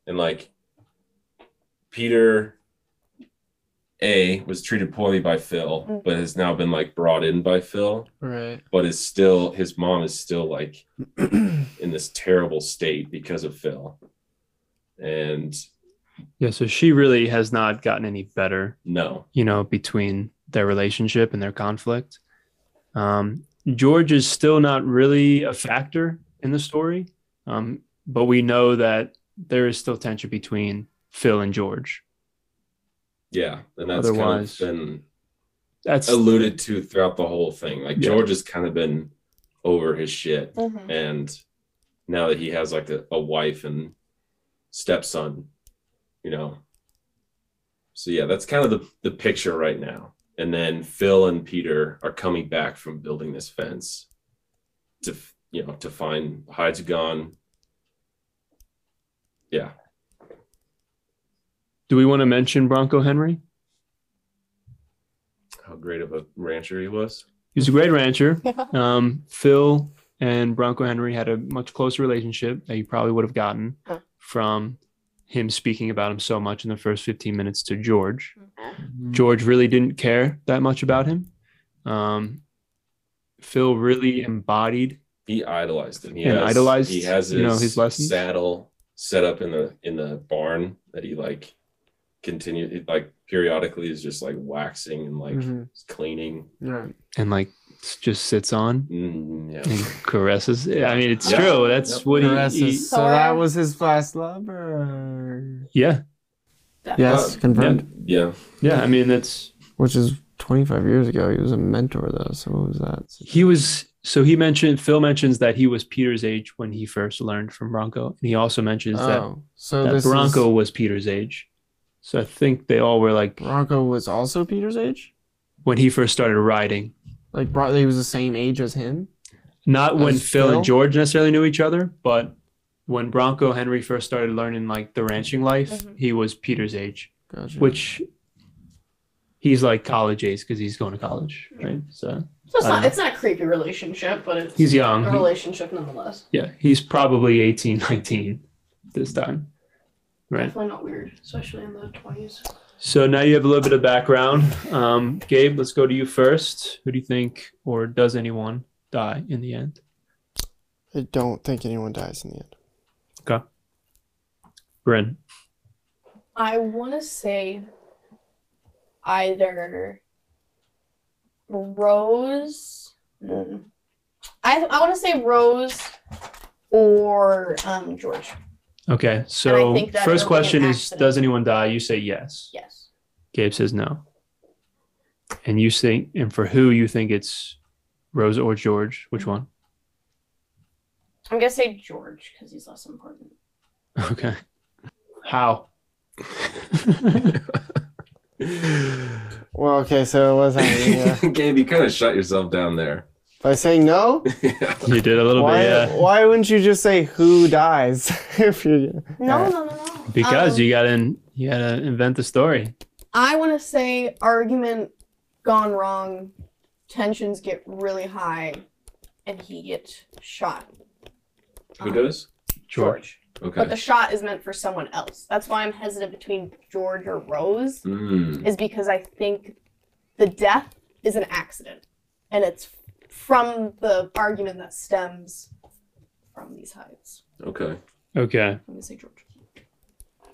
and like Peter A was treated poorly by Phil, Mhm. but has now been like brought in by Phil, Right. but is still his mom is still like in this terrible state because of Phil. And Yeah, so she really has not gotten any better, no, you know, between their relationship and their conflict. Um, George is still not really a factor in the story, um, but we know that there is still tension between Phil and George. Yeah, and that's Otherwise- kind of been That's alluded to throughout the whole thing. Like Yeah. George has kind of been over his shit, Mm-hmm. Mhm. and now that he has like a, a wife and stepson, you know. So yeah, that's kind of the the picture right now. And then Phil and Peter are coming back from building this fence to f- you know to find hides gone. Yeah, do we want to mention Bronco Henry? how great of a rancher he was. He's a great rancher. Yeah. Um, Phil and Bronco Henry had a much closer relationship that you probably would have gotten Huh. from him speaking about him so much in the first 15 minutes to George. George really didn't care that much about him. Um, Phil really embodied he idolized him. He And has, idolized, He has his, you know, his lessons. saddle set up in the in the barn that he like continue it, like periodically is just like waxing and like Mm-hmm. Mhm. cleaning. Right. and like s- just sits on Mm, and yeah. caresses. I mean, it's Yeah. true. That's Yep. what he- Caresses. he, so that was his last lover. Yeah. Yes, Uh, confirmed. yeah. Yeah. I mean, that's Which is 25 years ago. He was a mentor though. So what was that? he was so he mentioned phil mentions that he was peter's age when he first learned from bronco and he also mentions oh, so that, that this bronco is- was peter's age so i think they all were like Bronco was also Peter's age. when he first started riding Like Bro- he was the same age as him. not when As phil Phil? and george necessarily knew each other but when Bronco Henry first started learning like the ranching life, Mm-hmm. Mhm. he was Peter's age, Gotcha. which he's like college age because he's going to college, right? So So it's I not know. it's not a creepy relationship, but it's he's a young. He- relationship nonetheless. yeah, he's probably 18, 19 this time, right? Definitely not weird, especially in the twenties. So now you have a little bit of background. Um, Gabe, let's go to you first. Who do you think, or does anyone die in the end? I don't think anyone dies in the end. Bryn. I want to say either Rose. mm, I I want to say Rose or um George. Okay, so think first that there'll be an question is accident. Does anyone die? You say yes. Yes. Gabe says no. And you think, and for who you think it's Rosa or George? Which one? I'm gonna say George because he's less important. Okay. How? Well, okay, so it was on me, yeah. Gabe, you kind of shut yourself down there. By saying no, yeah. you did a little why, bit, yeah. why wouldn't you just say who dies if you? No, Alright. no, no, no. Because Um, you gotta in, you gotta invent the story. I want to say argument gone wrong, tensions get really high, and he gets shot. Um, Who does? George. Okay. But the shot is meant for someone else. That's why I'm hesitant between George or Rose, Mm. is because I think the death is an accident, and it's from the argument that stems from these heights. Okay. Okay. I'm gonna say George.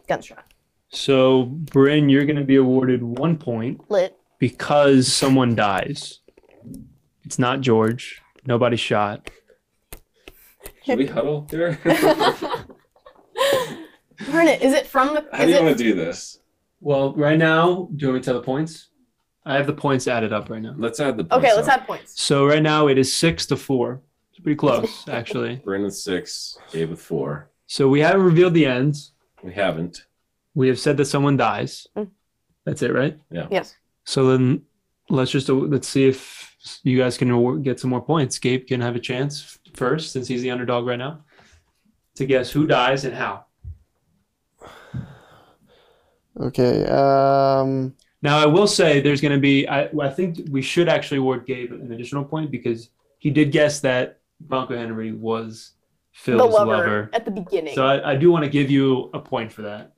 Gunshot. So Bryn, you're gonna be awarded one point Lit. because someone dies. It's not George. Nobody shot. Should we huddle here? Darn it! Is it from the? How do is you it want to do this? Well, right now, do you want me to tell the points? I have the points added up right now. Let's add the points Okay, let's up. have points. So right now it is six to four. It's pretty close, actually. Bryn with six, Gabe with four. So we haven't revealed the ends. We haven't. We have said that someone dies. Mm. That's it, right? Yeah. Yes. So then let's just let's see if you guys can award- get some more points. Gabe can have a chance first, since he's the underdog right now, to guess who dies and how. Okay. Um. Now I will say there's going to be. I, I think we should actually award Gabe an additional point because he did guess that Bronco Henry was Phil's the lover, lover. at the beginning. So I, I do want to give you a point for that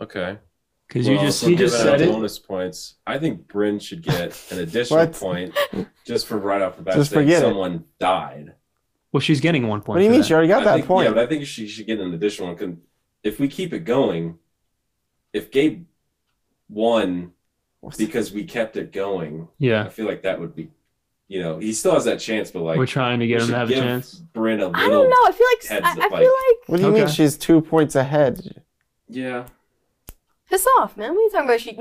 Okay. because you Well, just so he give just out said it. Bonus points. I think Bryn should get an additional What? point just for right off the bat Just saying forget it. someone died. Well, she's getting one point. What do you for mean? that. She already got I that think, point. Yeah, but I think she should get an additional one. 'cause If we keep it going, if Gabe won What's- because we kept it going, Yeah, I feel like that would be, you know, he still has that chance, but like we're trying to we get him should to have a give chance. Bryn a little. I don't know. I feel like Heads I, I up, feel like- like What do you mean Okay. she's two points ahead? Yeah. Piss off, man. What are you talking about? She-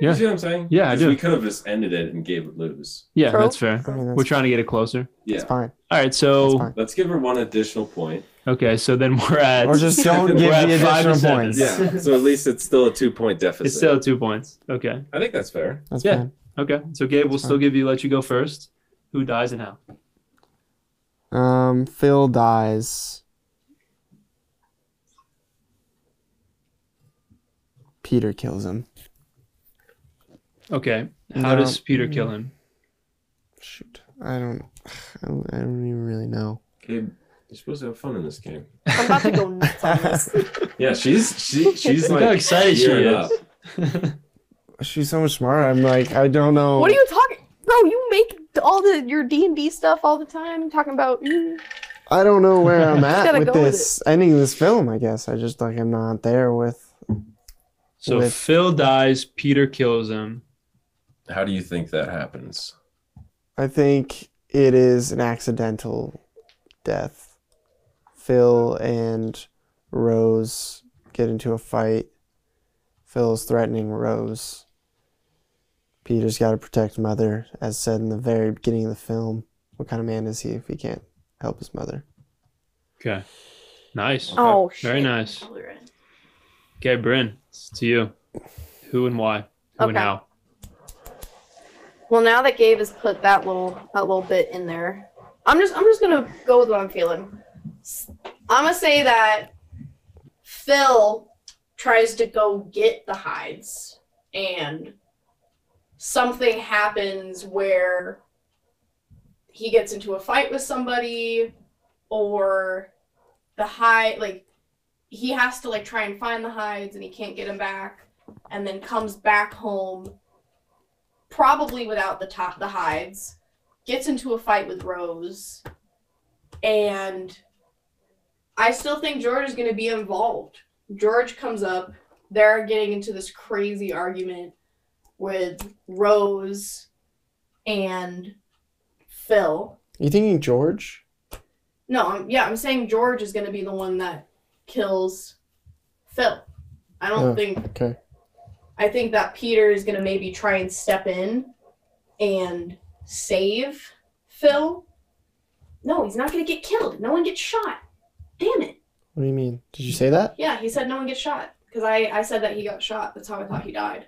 Yeah. You see what I'm saying? Yeah, I 'Cause do. We could have just ended it and Gabe would lose. Yeah, True. that's fair. I mean, that's, We're trying to get it closer. Yeah. that's fine. All right, That's so fine. Let's give her one additional point. okay, so then we're at Or just don't We're give at the five to additional seven. points. Yeah. so at least it's still a two point deficit. it's still two points. Okay, I think that's fair. That's Yeah. fine. okay. So Gabe, we'll still give you let you go first. Who dies and how? Um, Phil dies. Peter kills him. Okay, how No. does Peter kill him? Shoot, I don't, I don't, I don't even really know. Gabe, you're supposed to have fun in this game. I'm about to go nuts on this. Yeah, she's she she's Look like how excited she gearing is. up. She's so much smarter. I'm like, I don't know. What are you talking? Bro, you make all the your D and D stuff all the time, talking about. mm. I don't know where I'm at gotta with go with this ending of this film. I guess I just like I'm not there with. So With- Phil dies. Peter kills him. How do you think that happens? I think it is an accidental death. Phil and Rose get into a fight. Phil's threatening Rose. Peter's got to protect Mother, as said in the very beginning of the film. What kind of man is he if he can't help his mother? Okay, nice. Oh shit. Very nice. Okay, Bryn, it's to you. Who and why? Who and Okay. how? Well, now that Gabe has put that little that little bit in there, I'm just I'm just gonna go with what I'm feeling. S- I'm gonna say that Phil tries to go get the hides, and something happens where he gets into a fight with somebody, or the hide like he has to like try and find the hides, and he can't get them back, and then comes back home, probably without the top the hides, gets into a fight with Rose, and I still think George is going to be involved. George comes up. They're getting into this crazy argument with Rose and Phil. You thinking George? No, I'm, yeah, I'm saying George is going to be the one that kills Phil. I don't Oh. think. Okay. I think that Peter is going to maybe try and step in and save Phil. No, he's not going to get killed. No one gets shot. Damn it. What do you mean? Did you say that? Yeah, he said no one gets shot because I, I said that he got shot. That's how I thought he died,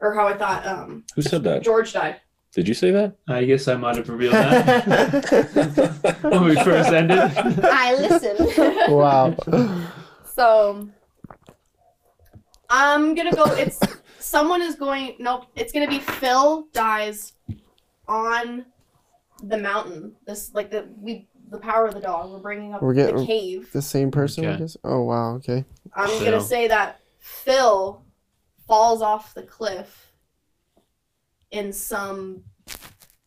or how I thought um Who said that? George died. Did you say that? I guess I might have revealed that when we first ended. I listen. wow. So I'm gonna go. It's someone is going. Nope. It's gonna be Phil dies on the mountain. This like the we the power of the dog. We're bringing up We're getting- the cave. The same person, I Okay. guess. Oh wow. Okay. I'm Phil. gonna say that Phil falls off the cliff in some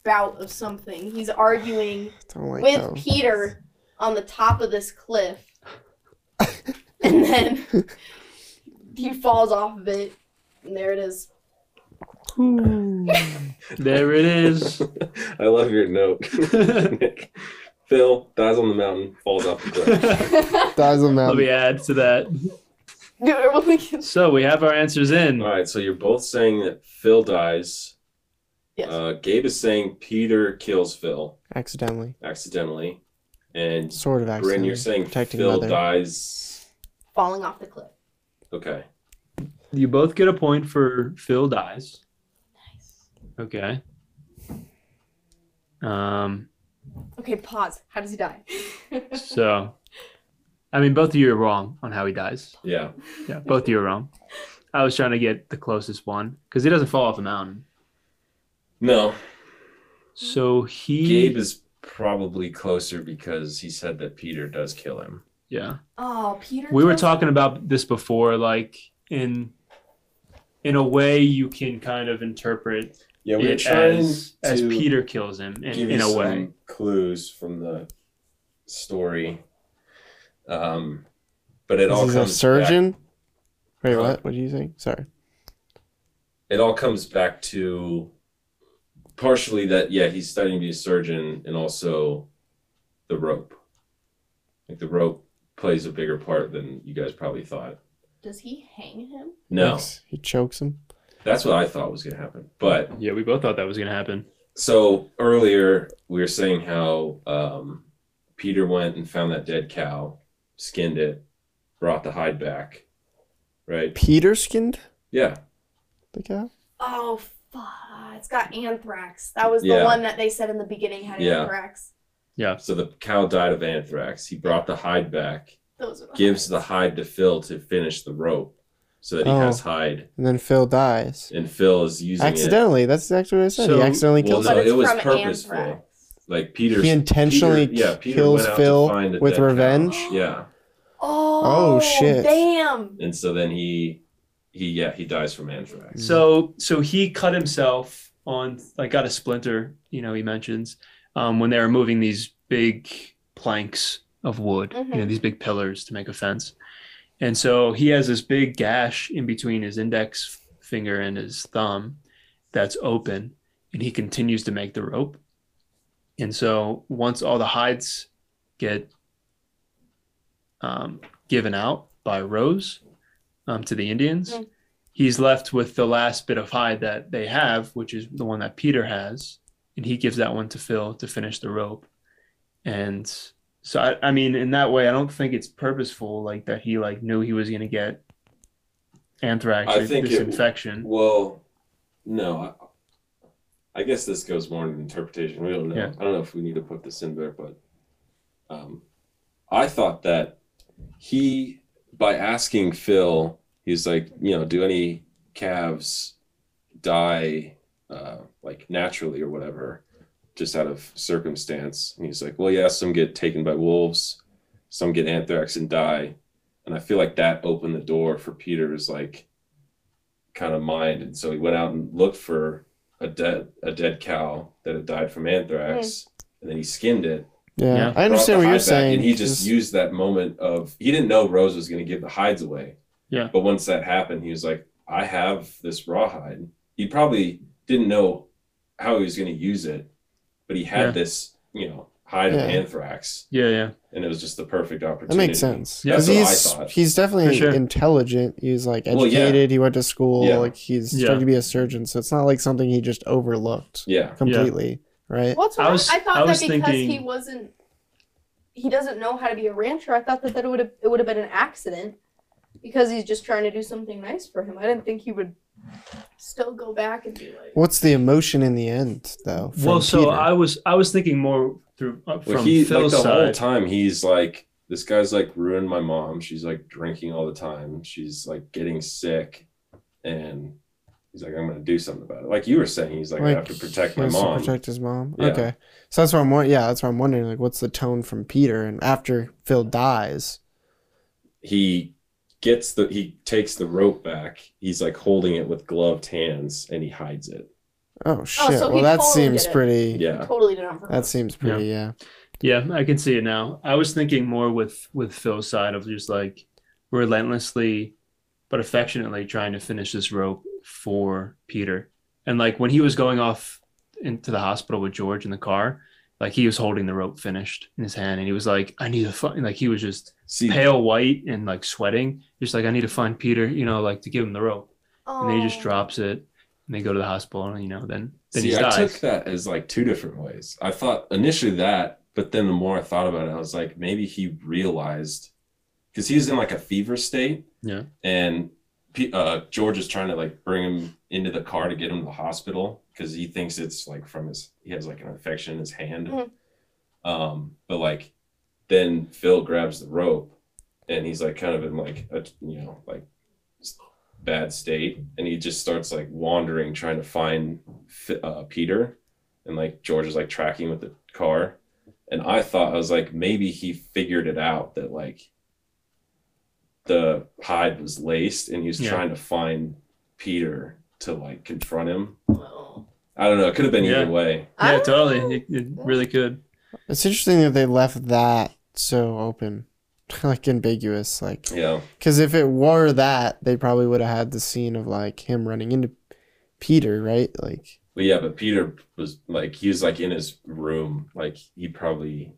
bout of something. He's arguing. Don't like with those. Peter on the top of this cliff. and then he falls off of it. And there it is. There it is. I love your note. Nick. Phil dies on the mountain, falls off the cliff. Let Dies on that. me add to that. So we have our answers in. All right, so you're both saying that Phil dies. Yes. Uh, Gabe is saying Peter kills Phil Accidentally. accidentally, and Sort of Bryn, accidentally. you're saying Protecting Phil mother. dies. Falling off the cliff. Okay. You both get a point for Phil dies. Nice. Okay. Um. okay, pause. How does he die? So, I mean, both of you are wrong on how he dies. Yeah. Yeah, both of you are wrong. I was trying to get the closest one because he doesn't fall off the mountain. No, So he. Gabe is probably closer because he said that Peter does kill him. Yeah. Oh, Peter. we were kills- talking about this before like in in a way you can kind of interpret Yeah, it as as peter kills him in, give in you a some way clues from the story. Um, but it This all is comes a back- surgeon. Wait, Huh? what? What do you think? Sorry. it all comes back to partially that yeah he's studying to be a surgeon and also the rope. Like the rope plays a bigger part than you guys probably thought. Does he hang him? No, Yes, He chokes him. that's what I thought was gonna happen, but. yeah we both thought that was gonna happen so earlier we were saying how um, Peter went and found that dead cow, skinned it, brought the hide back, right? Peter skinned Yeah, the cow. Oh, fuck. It's got anthrax. That was Yeah. the one that they said in the beginning had Yeah. anthrax. so the cow died of anthrax. He brought the hide back, Those are the gives the hide to Phil to finish the rope, so that he Oh. has hide, And then Phil dies. and Phil is using Accidentally. That's exactly what I said. So- he accidentally it. Well, kills no, But it's it was from purposeful. anthrax. Like him. Peter's He intentionally Peter- yeah, Peter kills went out to Phil find a with dead cow. revenge. Yeah, Oh, shit. Damn. and so then he, he yeah he dies from anthrax. so so he cut himself on like got a splinter you know he mentions um, when they were moving these big planks of wood you know these big pillars to make a fence and so he has this big gash in between his index finger and his thumb that's open and he continues to make the rope and so once all the hides get um, given out by rose um, to the indians he's left with the last bit of hide that they have, which is the one that Peter has, and he gives that one to Phil to finish the rope. And so I, I mean, in that way, I don't think it's purposeful, like that he like knew he was gonna get anthrax I or think this it- infection. Well, no, I, I guess this goes more into interpretation. We don't know. Yeah. I don't know if we need to put this in there, but um, I thought that he, by asking Phil, he's like, you know, do any calves die uh, like naturally or whatever, just out of circumstance? And he's like, well, yeah, some get taken by wolves, some get anthrax and die. And I feel like that opened the door for Peter's like kind of mind. And so he went out and looked for a dead a dead cow that had died from anthrax, and then he skinned it Yeah, Yeah. I understand brought the what you're hides back, saying. And he just 'cause- used that moment of he didn't know Rose was going to give the hides away. Yeah. But once that happened, he was like, "I have this rawhide." He probably didn't know how he was going to use it, but he had Yeah. this, you know, hide Yeah. of anthrax, Yeah, yeah. and it was what I thought. Yeah. it was just the perfect that opportunity. makes sense. Yeah, Because that's what I he's thought. he's For definitely sure. intelligent. He's like educated. Well, yeah. He went to school. Yeah. Like he's Yeah. trying to be a surgeon. So it's not like something he just overlooked Yeah. completely, right? What's I wrong? I, was- thought I that was because thinking- he wasn't, he doesn't know how to be a rancher. I thought that that would have it would have been an accident because he's just trying to do something nice for him. I didn't think he would still go back and be like. What's the emotion in the end, though? from Well, so Peter? I was I was thinking more through uh, Well, from he Phil's like the whole side. time he's like, this guy's like ruined my mom. She's like drinking all the time. She's like getting sick, and he's like, I'm gonna do something about it. Like you were saying, he's like, I have to protect he my has to mom. protect his mom. Yeah. Okay, so that's what I'm. wa- Yeah, that's what I'm wondering. Like, what's the tone from Peter? And after Phil dies, he gets the he takes the rope back. He's like holding it with gloved hands, and he hides it. oh shit. so well, he that totally seems did it. pretty. Yeah, Totally did not. That seems pretty. Yeah. Yeah, I can see it now. I was thinking more with with Phil's side of just like relentlessly but affectionately trying to finish this rope for Peter. And like when he was going off into the hospital with George in the car, like he was holding the rope finished in his hand and he was like, I need to find like he was just see, pale white and like sweating. Just like I need to find Peter, you know, like to give him the rope. Oh. And then he just drops it and they go to the hospital and you know, then then he see, I dies. took that as like two different ways. I thought initially that, but then the more I thought about it, I was like, maybe he realized because he was in like a fever state. Yeah. and P- uh, George is trying to like bring him into the car to get him to the hospital because he thinks it's like from his he has like an infection in his hand. Mhm. Um, but like then Phil grabs the rope and he's like kind of in like a you know like s- bad state and he just starts like wandering trying to find F- uh, Peter and like George is like tracking with the car and I thought I was like maybe he figured it out that like the hide was laced and he was Yeah. trying to find Peter to like confront him. Well, I don't know. It could have been Yeah. either way. yeah, totally. It, it really could. It's interesting that they left that so open, like ambiguous, like Yeah. because if it were that, they probably would have had the scene of like him running into Peter, right? Like, But yeah, but Peter was like, he was like in his room. Like he probably,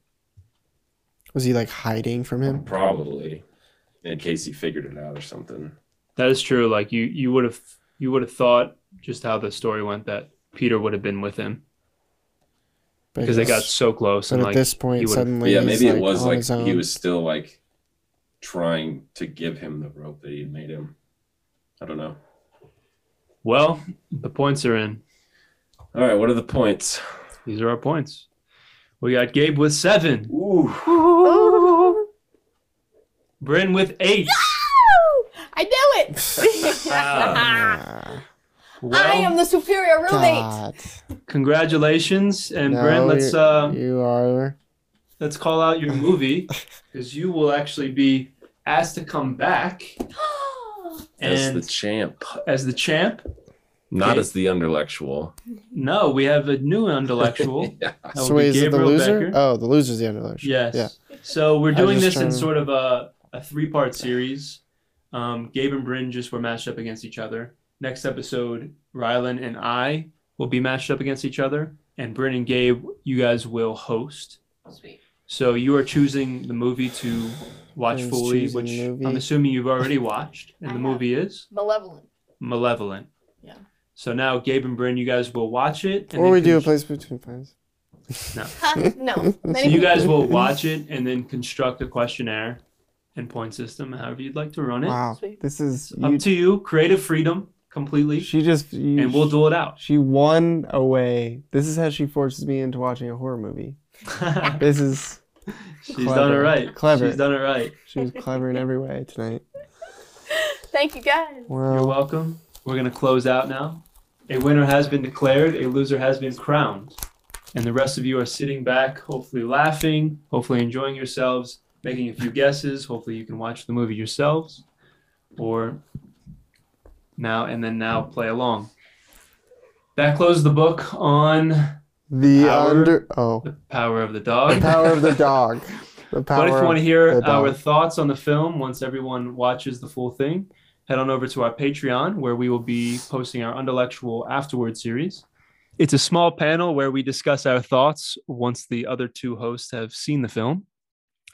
was he like hiding from him? probably, in case he figured it out or something. That is true. Like you, you would have, you would have thought just how the story went that Peter would have been with him But because they got he's- so close. But And at like, this he point, would've- suddenly, But yeah, he's, maybe it was on like his own. he was still like trying to give him the rope that he had made him. I don't know. well, the points are in. All right. What are the points? These are our points. We got Gabe with seven, Ooh. Oh. Bryn with eight. I knew it. Ah, I Well, am the superior roommate. God. congratulations, and No, Bryn, let's you're- uh, You are. let's call out your movie because you will actually be asked to come back As and the champ, as the champ. not Okay. as the underlectual. No, we have a new intellectual. yeah. That will So be wait, is it the Gabriel loser? Becker. Oh, the loser's the underloser. Yes. Yeah. So we're was doing this just in trying to- sort of a, a three part series. Um, Gabe and Bryn just were matched up against each other. Next episode, Rylan and I will be matched up against each other. And Bryn and Gabe, you guys will host. Sweet. So you are choosing the movie to watch Bryn's fully, choosing which the movie. I'm assuming you've already watched. And I the have. movie is Malevolent. Malevolent. Yeah. So now Gabe and Bryn, you guys will watch it. and Or then we do a cons- place between friends. Huh? No. So you guys will watch it and then construct a questionnaire and point system, however you'd like to run it. Wow, Sweet. this is Up you. to you. Creative freedom completely, She just you, and we'll duel it out. She won away. This is how she forces me into watching a horror movie. This is She's done it Clever. right. Clever. She's done it right. She was clever in every way tonight. Thank you guys. You're Well, welcome. We're going to close out now. A winner has been declared, a loser has been crowned. And the rest of you are sitting back, hopefully laughing, hopefully enjoying yourselves, making a few guesses. Hopefully, you can watch the movie yourselves or now and then now play along. That closed the book on the Power- under oh, the power of the dog. the power of the dog. The power. But if you of- want to hear the dog. our thoughts on the film once everyone watches the full thing, head on over to our Patreon where we will be posting our Undelectual Afterward series. It's a small panel where we discuss our thoughts once the other two hosts have seen the film.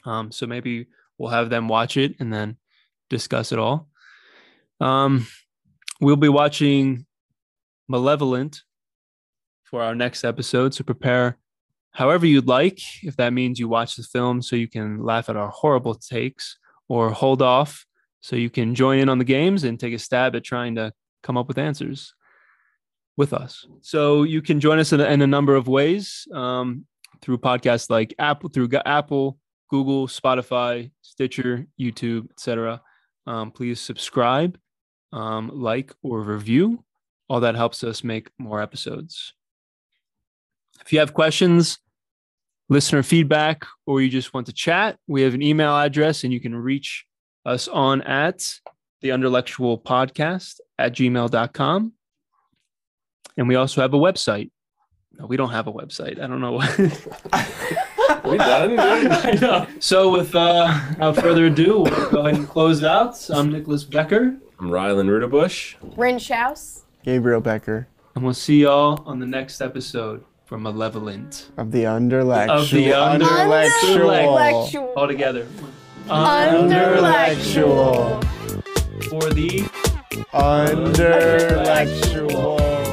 Um, so maybe we'll have them watch it and then discuss it all. Um, we'll be watching Malevolent for our next episode. So prepare however you'd like. If that means you watch the film so you can laugh at our horrible takes, or hold off so you can join in on the games and take a stab at trying to come up with answers with us. So you can join us in a, in a number of ways um, through podcasts like Apple, through Gu- Apple, Google, Spotify, Stitcher, YouTube, etc. Um, please subscribe, um, like, or review. All that helps us make more episodes. If you have questions, listener feedback, or you just want to chat, we have an email address and you can reach us on at the underlectual podcast at gmail.com. And we also have a website. No, we don't have a website. I don't know why. We done? I know. So, with uh, without further ado, we'll go ahead and close out. I'm Nicholas Becker, I'm Rylan Rudabush. Rin Shouse. Gabriel Becker and we'll see y'all on the next episode from Malevolent. of the underlectual. Of the under- Oh. underlectual. All together. Underlectual. For the Underlectual.